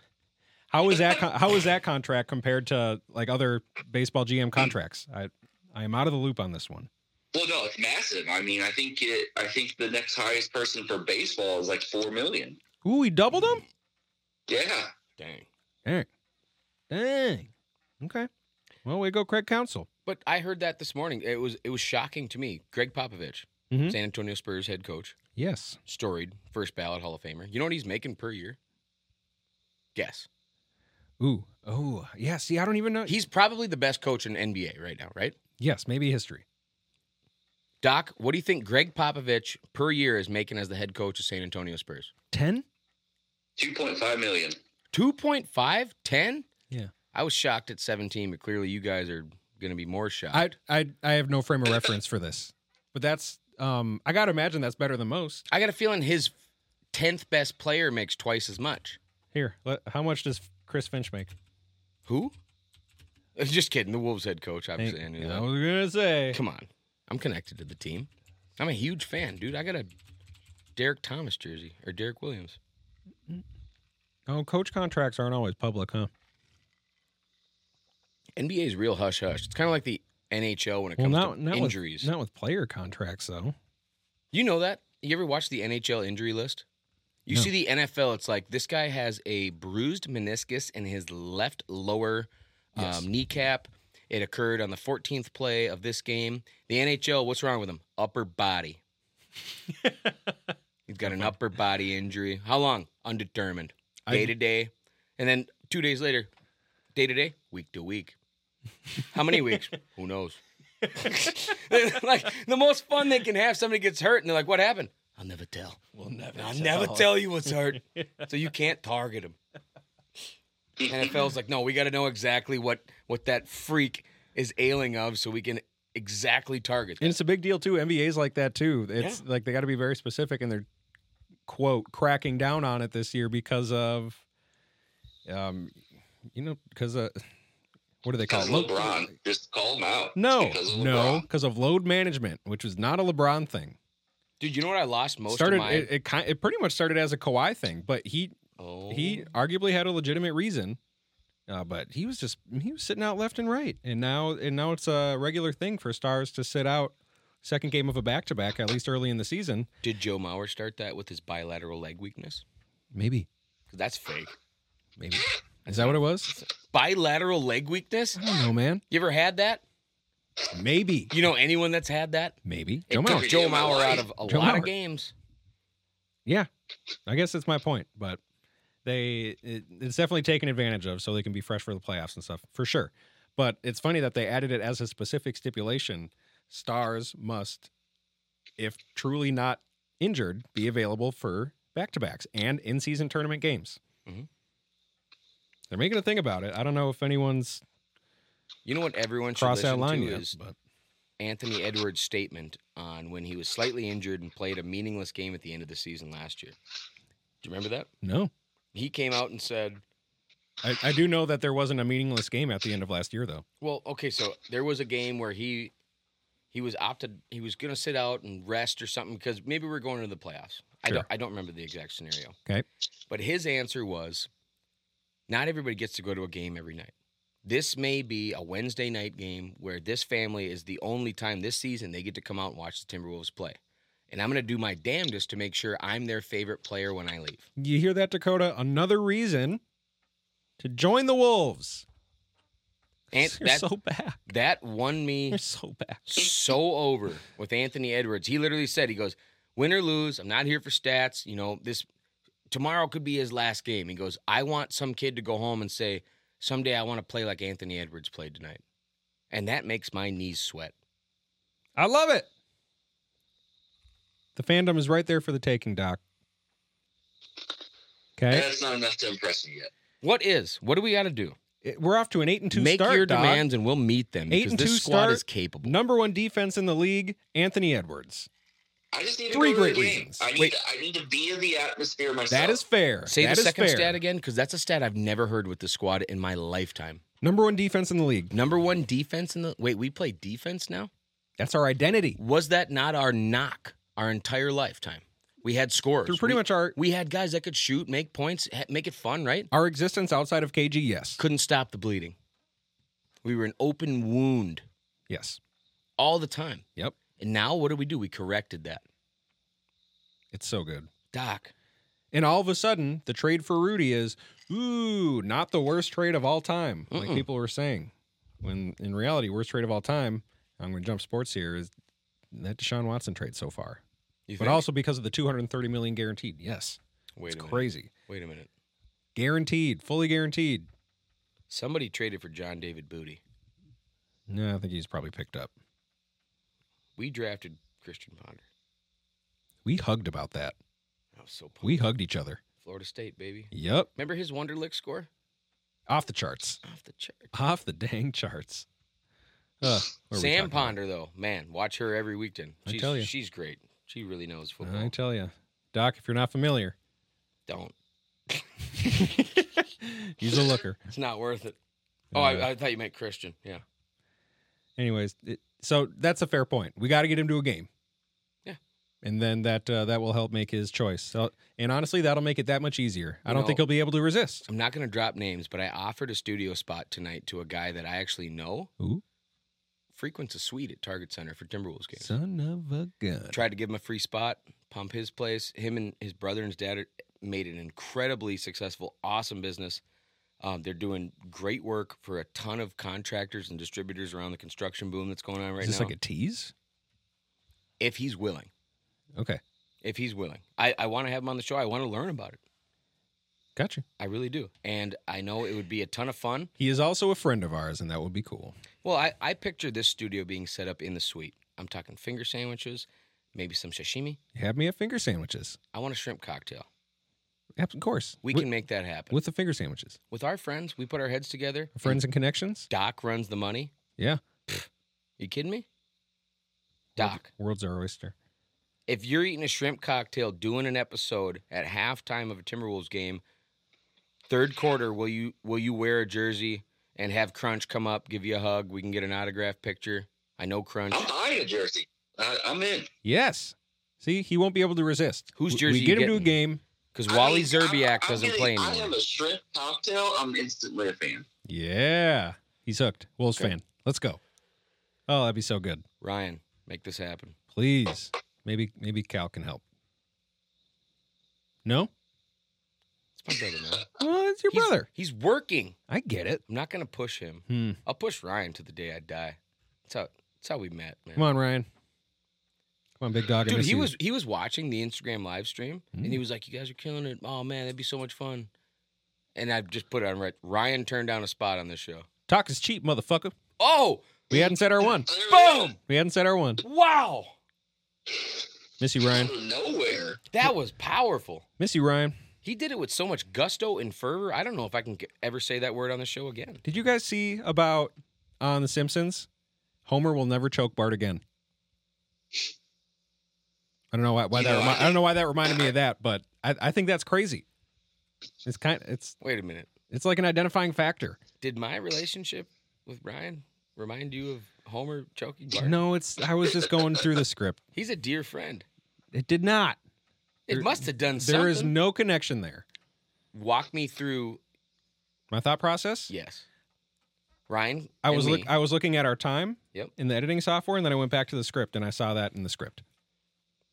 Speaker 3: How is that? Con- how is that contract compared to like other baseball GM contracts? I I am out of the loop on this one.
Speaker 2: Well, no, it's massive. I mean, I think it. I think the next highest person for baseball is like four million.
Speaker 3: Ooh, he doubled them.
Speaker 2: Yeah,
Speaker 1: Dang.
Speaker 3: Dang. Dang. Okay. Well, we go, Craig Council.
Speaker 1: But I heard that this morning. It was it was shocking to me. Greg Popovich,
Speaker 3: Mhm.
Speaker 1: San Antonio Spurs head coach,
Speaker 3: Yes.
Speaker 1: storied first ballot Hall of Famer. You know what he's making per year? Guess.
Speaker 3: Ooh. Oh. Yeah. See, I don't even know.
Speaker 1: He's probably the best coach in NBA right now, right?
Speaker 3: yes. Maybe history.
Speaker 1: Doc, what do you think Greg Popovich per year is making as the head coach of San Antonio Spurs?
Speaker 3: Ten.
Speaker 2: two point five million.
Speaker 1: 2.5, 10?
Speaker 3: Yeah.
Speaker 1: I was shocked at 17, but clearly you guys are going to be more shocked.
Speaker 3: I I I have no frame of reference for this, but that's um. I gotta imagine that's better than most.
Speaker 1: I got a feeling his 10th best player makes twice as much.
Speaker 3: Here, let, how much does Chris Finch make?
Speaker 1: Who? Just kidding. The Wolves head coach, obviously. I knew
Speaker 3: Yeah,
Speaker 1: that.
Speaker 3: I was gonna say.
Speaker 1: Come on. I'm connected to the team. I'm a huge fan, dude. I got a Derek Thomas jersey or Derek Williams.
Speaker 3: Oh, coach contracts aren't always public, huh?
Speaker 1: NBA is real hush hush. It's kind of like the NHL when it
Speaker 3: Well,
Speaker 1: comes
Speaker 3: not
Speaker 1: to
Speaker 3: not
Speaker 1: injuries.
Speaker 3: With, not with player contracts though.
Speaker 1: You know that? You ever watch the NHL injury list? You
Speaker 3: No.
Speaker 1: see the NFL, it's like this guy has a bruised meniscus in his left lower
Speaker 3: Yes.
Speaker 1: um, kneecap. It occurred on the 14th play of this game. The NHL, what's wrong with him? Upper body. He's got an upper body injury. How long? Undetermined.
Speaker 3: I-
Speaker 1: Day to day. And then two days later, day to day, week to week. How many weeks? Who knows? like the most fun they can have, somebody gets hurt and they're like, "What happened?" I'll never tell.
Speaker 3: We'll never.
Speaker 1: I'll never tell you what's hurt, so you can't target them. NFL's like, no, we got to know exactly what what that freak is ailing of, so we can exactly target.
Speaker 3: And
Speaker 1: Them.
Speaker 3: it's a big deal too. NBA's like that too. It's like they got to be very specific, and they're quote cracking down on it this year because of, um, you know, because uh, what do they call
Speaker 2: Because
Speaker 3: it?
Speaker 2: of
Speaker 3: Load-
Speaker 2: LeBron, just call him out.
Speaker 3: No,
Speaker 2: Because of
Speaker 3: no,
Speaker 2: LeBron.
Speaker 3: because of load management, which was not a LeBron thing.
Speaker 1: Dude, you know what I lost most
Speaker 3: started
Speaker 1: of my.
Speaker 3: it, it, ki- it pretty much started as a Kawhi thing, but he
Speaker 1: oh,
Speaker 3: he arguably had a legitimate reason. Uh, but he was just he was sitting out left and right, and now and now it's a regular thing for stars to sit out second game of a back to back at least early in the season.
Speaker 1: did Joe Mauer start that with his bilateral leg weakness?
Speaker 3: Maybe,
Speaker 1: 'Cause That's fake.
Speaker 3: maybe is that what it was?
Speaker 1: Bilateral leg weakness.
Speaker 3: I don't know, man.
Speaker 1: You ever had that?
Speaker 3: Maybe.
Speaker 1: You know anyone that's had that?
Speaker 3: Maybe.
Speaker 1: It
Speaker 3: Come
Speaker 1: took
Speaker 3: on.
Speaker 2: could-
Speaker 1: Joe
Speaker 2: Yeah, my
Speaker 1: Mauer out
Speaker 2: wife.
Speaker 1: of a
Speaker 3: Joe
Speaker 1: lot of
Speaker 3: Mauer.
Speaker 1: games.
Speaker 3: Yeah. I guess that's my point, but they it, it's definitely taken advantage of so they can be fresh for the playoffs and stuff for sure. But it's funny that they added it as a specific stipulation stars must if truly not injured be available for back-to-backs and in-season tournament games.
Speaker 1: Mhm.
Speaker 3: They're making a thing about it. I don't know if anyone's
Speaker 1: You know what everyone should
Speaker 3: crossed that
Speaker 1: listen
Speaker 3: line
Speaker 1: to
Speaker 3: yet,
Speaker 1: is
Speaker 3: but
Speaker 1: Anthony Edwards' statement on when he was slightly injured and played a meaningless game at the end of the season last year. Do you remember that?
Speaker 3: no.
Speaker 1: He came out and said,
Speaker 3: I, I do know that there wasn't a meaningless game at the end of last year though.
Speaker 1: "Well, okay, so there was a game where he he was opted he was going to sit out and rest or something because maybe we're going into the playoffs. I
Speaker 3: Sure.
Speaker 1: don't I don't remember the exact scenario.
Speaker 3: Okay.
Speaker 1: But his answer was not everybody gets to go to a game every night. This may be a Wednesday night game where this family is the only time this season they get to come out and watch the Timberwolves play. And I'm going to do my damnedest to make sure I'm their favorite player when I leave.
Speaker 3: You hear that, Dakota? Another reason to join the Wolves.
Speaker 1: And
Speaker 3: You're
Speaker 1: that
Speaker 3: so back.
Speaker 1: that won me
Speaker 3: You're so back.
Speaker 1: so over with Anthony Edwards. He literally said, he goes, win or lose, I'm not here for stats. You know, this tomorrow could be his last game. He goes, I want some kid to go home and say, someday I want to play like Anthony Edwards played tonight. And that makes my knees sweat.
Speaker 3: I love it. The fandom is right there for the taking, Doc. Okay,
Speaker 2: That's not enough to impress me yet.
Speaker 1: What is? What do we got to do?
Speaker 3: It- we're off to an eight and two
Speaker 1: Make
Speaker 3: start.
Speaker 1: your
Speaker 3: Doc.
Speaker 1: demands and we'll meet them
Speaker 3: Eight
Speaker 1: because
Speaker 3: and two
Speaker 1: this squad
Speaker 3: start.
Speaker 1: is capable.
Speaker 3: Number one defense in the league, Anthony Edwards.
Speaker 2: I just need to
Speaker 3: Three
Speaker 2: go to
Speaker 3: great
Speaker 2: the game.
Speaker 3: reasons.
Speaker 2: I need,
Speaker 1: Wait.
Speaker 2: To, I need to be in the atmosphere myself.
Speaker 3: That is fair.
Speaker 1: Say
Speaker 3: That
Speaker 1: the
Speaker 3: is
Speaker 1: second
Speaker 3: fair.
Speaker 1: stat again because that's a stat I've never heard with the squad in my lifetime.
Speaker 3: Number one defense in the league.
Speaker 1: Number one defense in the. Wait, we play defense now?
Speaker 3: That's our identity.
Speaker 1: was that not our knock our entire lifetime? We had scores.
Speaker 3: Through pretty
Speaker 1: we,
Speaker 3: much our
Speaker 1: we had guys that could shoot, make points, ha- make it fun, right?
Speaker 3: our existence outside of KG. Yes,
Speaker 1: Couldn't stop the bleeding. We were an open wound
Speaker 3: yes.
Speaker 1: all the time.
Speaker 3: Yep.
Speaker 1: And now what do we do? We corrected that.
Speaker 3: It's so good.
Speaker 1: Doc,
Speaker 3: And all of a sudden, the trade for Rudy is, ooh, not the worst trade of all time, like
Speaker 1: Mm-mm.
Speaker 3: people were saying. When in reality, worst trade of all time, I'm going to jump sports here, is that Deshaun Watson trade so far.
Speaker 1: you
Speaker 3: But
Speaker 1: think?
Speaker 3: also because of the 230 million guaranteed. Yes,
Speaker 1: wait a
Speaker 3: it's
Speaker 1: minute.
Speaker 3: crazy.
Speaker 1: Wait a minute.
Speaker 3: Guaranteed, fully guaranteed.
Speaker 1: Somebody traded for John David Booty.
Speaker 3: No, I think he's probably picked up.
Speaker 1: We drafted Christian Ponder.
Speaker 3: We hugged about that.
Speaker 1: I was so pumped.
Speaker 3: We hugged each other.
Speaker 1: Florida State, baby.
Speaker 3: Yep.
Speaker 1: Remember his Wonderlick score?
Speaker 3: Off the charts.
Speaker 1: Off the chart.
Speaker 3: Off the dang charts. Uh, what were we
Speaker 1: Sam
Speaker 3: talking about?
Speaker 1: Ponder, though, man, watch her every weekend.
Speaker 3: I
Speaker 1: She's,
Speaker 3: tell ya.
Speaker 1: she's great. She really knows football.
Speaker 3: I tell you, Doc, if you're not familiar,
Speaker 1: Don't.
Speaker 3: he's a looker.
Speaker 1: It's not worth it. Oh,
Speaker 3: Uh,
Speaker 1: I, I thought you meant Christian. Yeah.
Speaker 3: anyways, it, so that's a fair point. We got to get him to a game.
Speaker 1: Yeah.
Speaker 3: And then that uh, that will help make his choice. So, and honestly, that'll make it that much easier. I
Speaker 1: You
Speaker 3: don't think
Speaker 1: know-
Speaker 3: he'll be able to resist.
Speaker 1: I'm not going to drop names, but I offered a studio spot tonight to a guy that I actually know
Speaker 3: Ooh,
Speaker 1: frequents a suite at Target Center for Timberwolves games.
Speaker 3: son of a gun!
Speaker 1: Tried to give him a free spot, pump his place. Him and his brother and his dad are, made an incredibly successful, awesome business. Um, they're doing great work for a ton of contractors and distributors around the construction boom that's going on right
Speaker 3: Is this
Speaker 1: now.
Speaker 3: like a tease?
Speaker 1: if he's willing,
Speaker 3: Okay,
Speaker 1: if he's willing, I, I want to have him on the show. I want to learn about it.
Speaker 3: gotcha.
Speaker 1: I really do. And I know it would be a ton of fun.
Speaker 3: He is also a friend of ours, and that would be cool.
Speaker 1: Well, I, I picture this studio being set up in the suite. I'm talking finger sandwiches, maybe some sashimi.
Speaker 3: Have me at finger sandwiches.
Speaker 1: I want a shrimp cocktail.
Speaker 3: Yep, of course.
Speaker 1: We
Speaker 3: With-
Speaker 1: can Mm. make that happen. With,
Speaker 3: with the finger sandwiches.
Speaker 1: our friends, we put our heads together.
Speaker 3: Friends and connections.
Speaker 1: Doc runs the money.
Speaker 3: Yeah.
Speaker 1: You kidding me? Doc,
Speaker 3: World's our oyster.
Speaker 1: if you're eating a shrimp cocktail doing an episode at halftime of a Timberwolves game, third quarter, will you will you wear a jersey and have Crunch come up, give you a hug? We can get an autograph picture. I know Crunch.
Speaker 2: I'm buying a jersey. I, I'm in.
Speaker 3: Yes. See, he won't be able to resist.
Speaker 1: Whose
Speaker 3: We-
Speaker 1: jersey
Speaker 3: We
Speaker 1: you
Speaker 3: get him to a
Speaker 1: getting?
Speaker 3: game.
Speaker 1: Because
Speaker 2: I
Speaker 1: Wally
Speaker 2: mean,
Speaker 1: Zerbiak
Speaker 2: I'm- I'm
Speaker 1: doesn't
Speaker 2: getting-
Speaker 1: play
Speaker 2: I
Speaker 1: anymore.
Speaker 2: have a shrimp cocktail. I'm instantly a fan.
Speaker 3: Yeah. He's hooked. Wolves
Speaker 1: Okay.
Speaker 3: fan. Let's go. Oh, that'd be so good.
Speaker 1: Ryan, make this happen.
Speaker 3: Please. Maybe maybe Cal can help. No?
Speaker 1: It's my brother, man.
Speaker 3: Well, it's your
Speaker 1: He's-
Speaker 3: brother.
Speaker 1: He's working.
Speaker 3: I get it.
Speaker 1: I'm not gonna push him.
Speaker 3: Hmm.
Speaker 1: I'll push Ryan to the day I die. That's how That's how we met, man.
Speaker 3: Come on, Ryan. Come on, big dog. I
Speaker 1: Dude,
Speaker 3: miss
Speaker 1: he
Speaker 3: you.
Speaker 1: was he was watching the Instagram live stream and he was like, "You guys are killing it! Oh man, that'd be so much fun." And I just put it on right. Ryan turned down a spot on this show.
Speaker 3: talk is cheap, motherfucker.
Speaker 1: Oh,
Speaker 3: We hadn't said our one.
Speaker 2: There we are.
Speaker 1: boom!
Speaker 3: We hadn't said our one.
Speaker 1: Wow,
Speaker 3: Miss you, Ryan.
Speaker 2: Out of
Speaker 3: Oh,
Speaker 2: nowhere.
Speaker 1: that was powerful.
Speaker 3: Miss you, Ryan.
Speaker 1: He did it with so much gusto and fervor. I don't know if I can g- ever say that word on the show again.
Speaker 3: Did you guys see about on The Simpsons? Homer will never choke Bart again. I don't know why, why
Speaker 2: You
Speaker 3: that.
Speaker 2: know,
Speaker 3: Remi-
Speaker 2: I-
Speaker 3: I don't know why that reminded me of that, but I, I think that's crazy. It's kind. It's
Speaker 1: Wait a minute.
Speaker 3: it's like an identifying factor.
Speaker 1: Did my relationship with Ryan remind you of Homer choking Bart?
Speaker 3: No, it's. I was just going through the script.
Speaker 1: He's a dear friend.
Speaker 3: It did not.
Speaker 1: It
Speaker 3: There-
Speaker 1: must have done something.
Speaker 3: There is no connection there.
Speaker 1: Walk me through.
Speaker 3: My thought process.
Speaker 1: Yes. Ryan.
Speaker 3: I
Speaker 1: and
Speaker 3: was
Speaker 1: me.
Speaker 3: look, I was looking at our time
Speaker 1: Yep.
Speaker 3: in the editing software, and then I went back to the script, and I saw that in the script.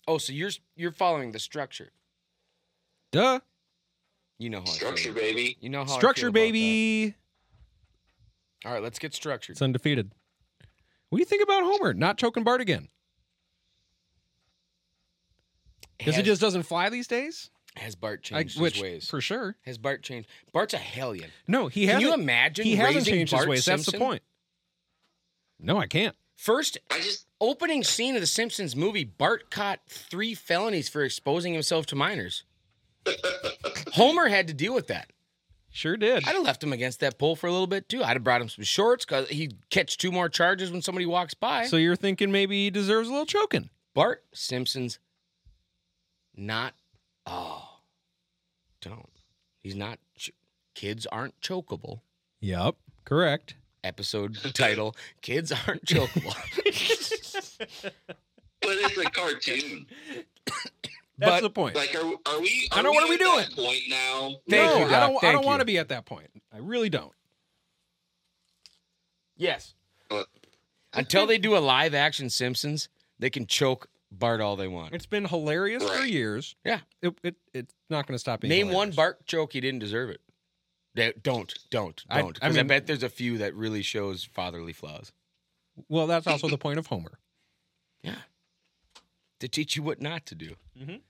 Speaker 1: Oh, so you're you're following the structure.
Speaker 3: Duh,
Speaker 1: You know how I feel
Speaker 2: Structure,
Speaker 1: about-
Speaker 2: baby.
Speaker 1: You know how I feel
Speaker 3: structure,
Speaker 1: about that.
Speaker 3: baby.
Speaker 1: All right, let's get structured.
Speaker 3: It's undefeated. What do you think about Homer not choking Bart again? Because
Speaker 1: has,
Speaker 3: it just doesn't fly these days.
Speaker 1: has Bart
Speaker 3: I-
Speaker 1: changed
Speaker 3: which
Speaker 1: his ways?
Speaker 3: for sure.
Speaker 1: has Bart changed? Bart's a hellion.
Speaker 3: No, he
Speaker 1: Can
Speaker 3: hasn't.
Speaker 1: you imagine
Speaker 3: he hasn't
Speaker 1: raising
Speaker 3: changed
Speaker 1: Bart
Speaker 3: his ways. That's
Speaker 1: Simpson?
Speaker 3: the point. No, I can't.
Speaker 1: First
Speaker 2: I just
Speaker 1: opening scene of the Simpsons movie, Bart caught three felonies for exposing himself to minors. Homer had to deal with that.
Speaker 3: Sure did.
Speaker 1: I'd have left him against that pole for a little bit too. I'd have brought him some shorts because he'd catch two more charges when somebody walks by.
Speaker 3: So you're thinking maybe he deserves a little choking?
Speaker 1: Bart Simpson's not. Oh, don't. He's not. Ch- kids aren't chokeable.
Speaker 3: Yep, correct.
Speaker 1: Episode title: Kids aren't chokeable.
Speaker 2: but it's a cartoon.
Speaker 3: That's
Speaker 1: But-
Speaker 3: the point.
Speaker 2: Like are are we
Speaker 3: I know, what are we
Speaker 2: at
Speaker 3: doing?
Speaker 2: that point now?
Speaker 1: Thank
Speaker 3: no,
Speaker 1: you, Doc.
Speaker 3: I don't. I
Speaker 1: Thank
Speaker 3: don't
Speaker 1: you.
Speaker 3: want to be at that point. I really don't.
Speaker 1: yes. Until they do a live action Simpsons, they can choke Bart all they want.
Speaker 3: It's been hilarious for
Speaker 2: Right.
Speaker 3: years.
Speaker 1: Yeah.
Speaker 3: It, it it's not going to stop being.
Speaker 1: Name
Speaker 3: hilarious.
Speaker 1: one Bart joke he didn't deserve it. They- Don't, don't,
Speaker 3: I-
Speaker 1: don't.
Speaker 3: I
Speaker 1: Because I,
Speaker 3: mean-
Speaker 1: bet there's a few that really shows fatherly flaws
Speaker 3: Well, that's also the point of Homer.
Speaker 1: to teach you what not to do.
Speaker 3: Mhm.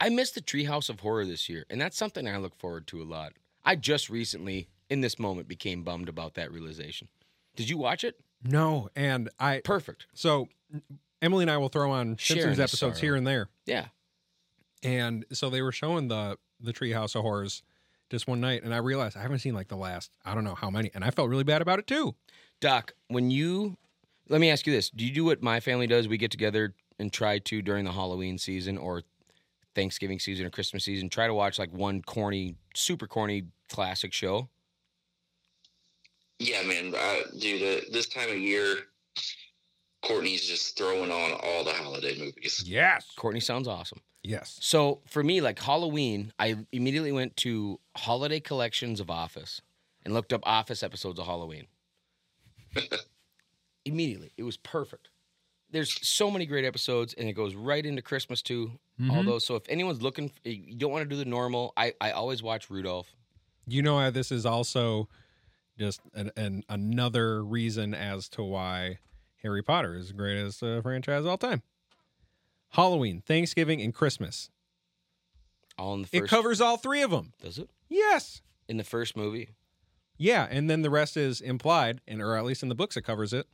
Speaker 1: I missed the Treehouse of Horror this year, and that's something I look forward to a lot. I just recently, in this moment, became bummed about that realization. Did you watch it?
Speaker 3: No, and I
Speaker 1: Perfect.
Speaker 3: so Emily and I will throw on
Speaker 1: Sharing
Speaker 3: Simpsons
Speaker 1: the
Speaker 3: episodes
Speaker 1: sorrow.
Speaker 3: here and there,
Speaker 1: Yeah.
Speaker 3: and so they were showing the the Treehouse of Horrors just one night, and I realized I haven't seen like the last I don't know how many, and I felt really bad about it too.
Speaker 1: Doc, when you let me ask you this: Do you do what my family does? We get together and try to during the Halloween season or Thanksgiving season or Christmas season try to watch like one corny, super corny classic show.
Speaker 2: Yeah, man. I, dude, uh, this time of year, Courtney's just throwing on all the holiday movies.
Speaker 3: Yes,
Speaker 1: Courtney sounds awesome.
Speaker 3: yes.
Speaker 1: So for me, like Halloween, I immediately went to holiday collections of Office and looked up Office episodes of Halloween. immediately, it was perfect. There's so many great episodes, and it goes right into Christmas too.
Speaker 3: Mhm.
Speaker 1: Although, so if anyone's looking, you don't want to do the normal. I, I always watch Rudolph.
Speaker 3: you know how this is also just an, an another reason as to why Harry Potter is the greatest uh, franchise of all time. Halloween, Thanksgiving, and Christmas.
Speaker 1: All in the
Speaker 3: It
Speaker 1: first.
Speaker 3: covers all three of them.
Speaker 1: does it
Speaker 3: Yes.
Speaker 1: in the first movie?
Speaker 3: Yeah, and then the rest is implied, and or at least in the books it covers it.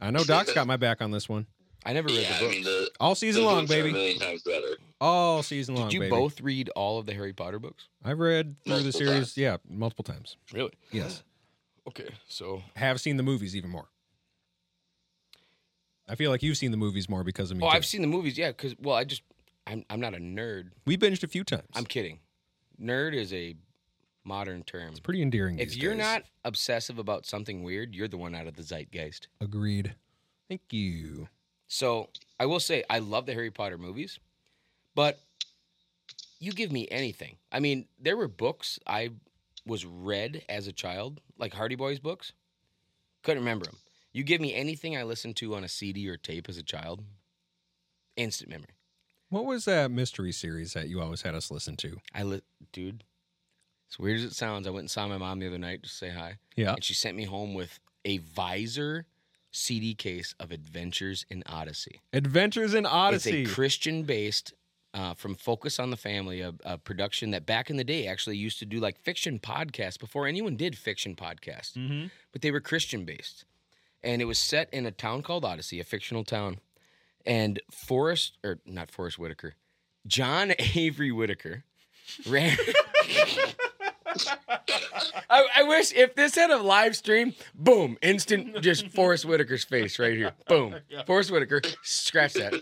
Speaker 3: I know Doc's got my back on this one.
Speaker 1: I never read
Speaker 2: Yeah,
Speaker 1: the
Speaker 2: I
Speaker 1: book.
Speaker 2: mean the
Speaker 3: All
Speaker 2: the
Speaker 3: season long,
Speaker 2: books are a
Speaker 3: baby.
Speaker 2: million times better.
Speaker 3: All season long,
Speaker 1: Did you
Speaker 3: baby.
Speaker 1: both read all of the Harry Potter books?
Speaker 3: I've read through the
Speaker 2: Multiple
Speaker 3: series,
Speaker 2: times.
Speaker 3: yeah, multiple times.
Speaker 1: Really?
Speaker 3: Yes.
Speaker 1: Okay, so
Speaker 3: Have seen the movies even more. I feel like you've seen the movies more because of me.
Speaker 1: oh,
Speaker 3: too.
Speaker 1: I've seen the movies. Yeah, because well, I just I'm I'm not a nerd.
Speaker 3: We binged a few times.
Speaker 1: I'm kidding. Nerd is a modern term.
Speaker 3: it's pretty endearing.
Speaker 1: If
Speaker 3: these
Speaker 1: you're
Speaker 3: days.
Speaker 1: not obsessive about something weird, you're the one out of the zeitgeist.
Speaker 3: agreed, thank you.
Speaker 1: So I will say I love the Harry Potter movies, but you give me anything. I mean, there were books I was read as a child, like Hardy Boys books. Couldn't remember them. You give me anything I listened to on a CD or tape as a child, instant memory.
Speaker 3: What was that mystery series that you always had us listen to?
Speaker 1: I li- dude, as weird as it sounds, I went and saw my mom the other night to say hi.
Speaker 3: Yeah,
Speaker 1: and she sent me home with a visor CD case of Adventures in Odyssey.
Speaker 3: Adventures in Odyssey.
Speaker 1: It's a Christian based uh, from Focus on the Family, a, a production that back in the day actually used to do like fiction podcasts before anyone did fiction podcasts,
Speaker 3: mm-hmm.
Speaker 1: but they were Christian based. And it was set in a town called Odyssey, a fictional town. And Forrest, or not Forrest Whitaker, John Avery Whitaker ran. I, I wish if this had a live stream, boom, instant, just Forrest Whitaker's face right here. Boom. Forrest Whitaker, scratch that.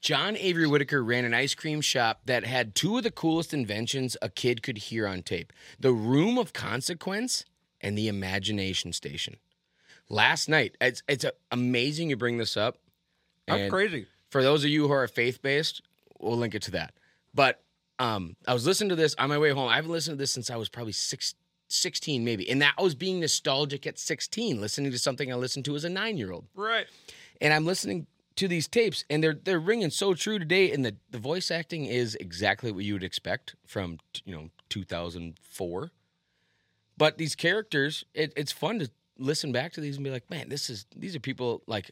Speaker 1: John Avery Whitaker ran an ice cream shop that had two of the coolest inventions a kid could hear on tape the Room of Consequence and the Imagination Station. Last night, it's, it's a, amazing you bring this up.
Speaker 3: That's
Speaker 1: and-
Speaker 3: crazy.
Speaker 1: for those of you who are faith based, we'll link it to that. But um, I was listening to this on my way home. I haven't listened to this since I was probably six, 16, maybe. And that was being nostalgic at 16, listening to something I listened to as a nine year old.
Speaker 3: Right.
Speaker 1: And I'm listening to these tapes, and they're they're ringing so true today. And the, the voice acting is exactly what you would expect from t- you know 2004. But these characters, it, it's fun to listen back to these and be like, man, this is these are people like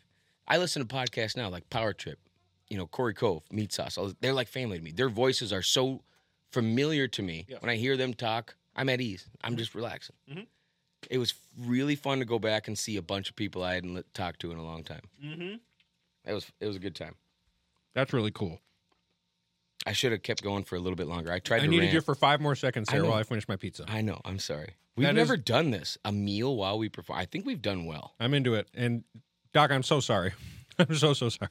Speaker 1: I listen to podcasts now, like Power Trip, you know, Corey Cove, Meat Sauce. all- They're like family to me. Their voices are so familiar to me.
Speaker 3: Yeah.
Speaker 1: When I hear them talk, I'm at ease. I'm just relaxing.
Speaker 3: Mhm.
Speaker 1: It was really fun to go back and see a bunch of people I hadn't li- talked to in a long time.
Speaker 3: Mm-hmm.
Speaker 1: It was it was a good time.
Speaker 3: That's really cool.
Speaker 1: I should have kept going for a little bit longer. I tried
Speaker 3: I
Speaker 1: to
Speaker 3: needed
Speaker 1: rant.
Speaker 3: you for five more seconds
Speaker 1: I
Speaker 3: there
Speaker 1: know.
Speaker 3: while I finish my pizza.
Speaker 1: I know. I'm sorry. We've
Speaker 3: That is-
Speaker 1: never done this a meal while we perform. I think we've done well.
Speaker 3: I'm into it. And Doc, I'm so sorry. I'm so so sorry.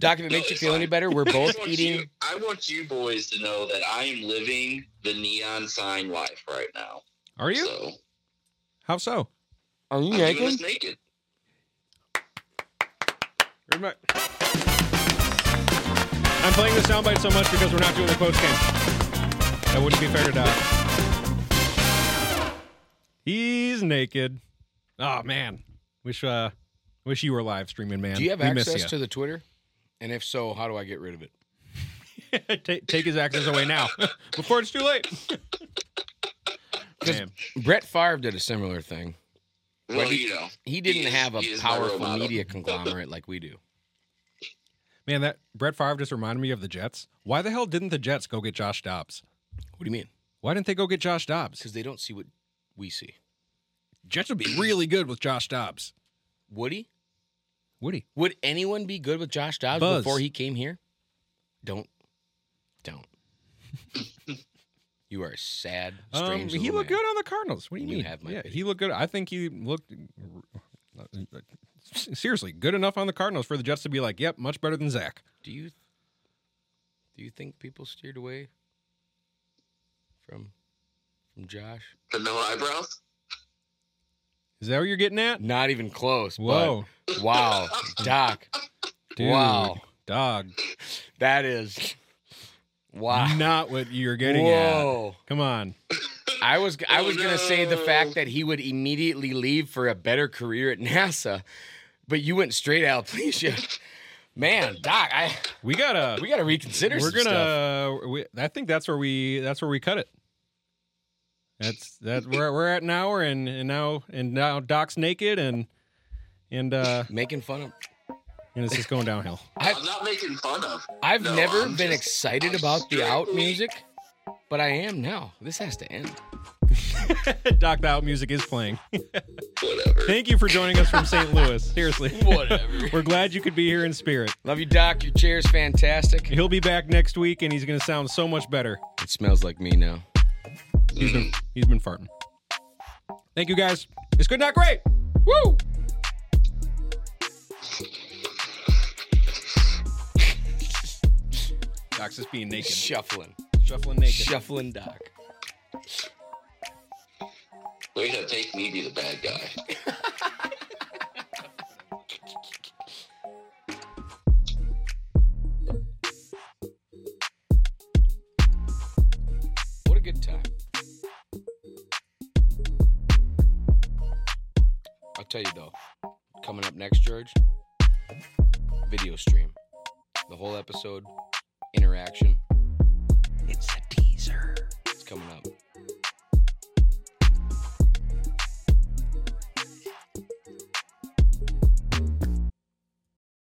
Speaker 1: Doc, if it
Speaker 2: No,
Speaker 1: makes you
Speaker 2: it's
Speaker 1: feel any
Speaker 2: fine.
Speaker 1: better, we're both
Speaker 2: I want You,
Speaker 1: eating.
Speaker 2: I want you boys to know that I am living the neon sign life right now.
Speaker 3: Are you?
Speaker 2: So
Speaker 3: How so?
Speaker 1: Are you
Speaker 2: I'm doing
Speaker 1: naked?
Speaker 2: this naked.
Speaker 3: Here's my- I'm playing the soundbite so much because we're not doing the post game. That wouldn't be fair to Doc. He's naked. Oh man, wish uh, wish you were live streaming, man.
Speaker 1: Do you have
Speaker 3: we
Speaker 1: access
Speaker 3: miss
Speaker 1: to the Twitter? And if so, how do I get rid of it?
Speaker 3: you. take, take his access away now before it's too late.
Speaker 1: 'Cause-
Speaker 3: Man.
Speaker 1: Brett Favre did a similar thing.
Speaker 2: Well,
Speaker 1: he-
Speaker 2: you know,
Speaker 1: He didn't
Speaker 2: He is-
Speaker 1: have a
Speaker 2: he is my role
Speaker 1: powerful
Speaker 2: model.
Speaker 1: media conglomerate like we do.
Speaker 3: Man, that Brett Favre just reminded me of the Jets. Why the hell didn't the Jets go get Josh Dobbs?
Speaker 1: What do you mean?
Speaker 3: Why didn't they go get Josh Dobbs?
Speaker 1: Because they don't see what we see.
Speaker 3: Jets would be really good with Josh Dobbs.
Speaker 1: Would he?
Speaker 3: Would he?
Speaker 1: Would anyone be good with Josh Dobbs
Speaker 3: Buzz.
Speaker 1: before he came here? Don't, don't. you are a sad,
Speaker 3: Um,
Speaker 1: strange.
Speaker 3: he
Speaker 1: little
Speaker 3: looked
Speaker 1: man.
Speaker 3: good on the Cardinals. What do you
Speaker 1: You
Speaker 3: mean?
Speaker 1: have my
Speaker 3: yeah,
Speaker 1: opinion.
Speaker 3: he looked good. I think he looked uh, seriously good enough on the Cardinals for the Jets to be like, "Yep, much better than Zach."
Speaker 1: Do you, do you think people steered away from, from Josh?
Speaker 2: the no eyebrows.
Speaker 3: Is that what you're getting at?
Speaker 1: Not even close.
Speaker 3: Whoa,
Speaker 1: But wow, Doc.
Speaker 3: dude,
Speaker 1: Wow,
Speaker 3: dog,
Speaker 1: that is. Wow.
Speaker 3: not what you're getting at.
Speaker 1: Whoa.
Speaker 3: Come on,
Speaker 1: I was I
Speaker 2: Oh,
Speaker 1: was gonna say the
Speaker 2: no.
Speaker 1: fact that he would immediately leave for a better career at NASA, but you went straight alopecia. Man, Doc, I
Speaker 3: we gotta,
Speaker 1: we gotta reconsider.
Speaker 3: we're
Speaker 1: some stuff.
Speaker 3: gonna. uh, We, I think that's where we. That's where we cut it. That's that. We're we're at an hour, and and now and now Doc's naked, and and uh
Speaker 1: making fun of.
Speaker 3: and it's just going downhill.
Speaker 1: I-
Speaker 2: I'm not making fun of.
Speaker 1: I've
Speaker 2: No,
Speaker 1: never
Speaker 2: I'm
Speaker 1: been
Speaker 2: just-
Speaker 1: excited
Speaker 2: I'm
Speaker 1: about the out
Speaker 2: strictly-
Speaker 1: music, but I am now. This has to end.
Speaker 3: Doc, the out music is playing.
Speaker 2: Whatever.
Speaker 3: Thank you for joining us from St. Louis. Seriously.
Speaker 1: Whatever.
Speaker 3: We're glad you could be here in spirit.
Speaker 1: Love you, Doc. Your chair's fantastic.
Speaker 3: He'll be back next week and he's going to sound so much better.
Speaker 1: It smells like me now.
Speaker 3: He's been, he's been farting. Thank you guys. It's good, not great. Woo! Doc's just being naked,
Speaker 1: Shuffling,
Speaker 3: shuffling naked.
Speaker 1: shuffling, Doc.
Speaker 2: Way to make me be the bad guy.
Speaker 1: What a good time. I'll tell you though, coming up next, George, video stream. The whole episode, interaction.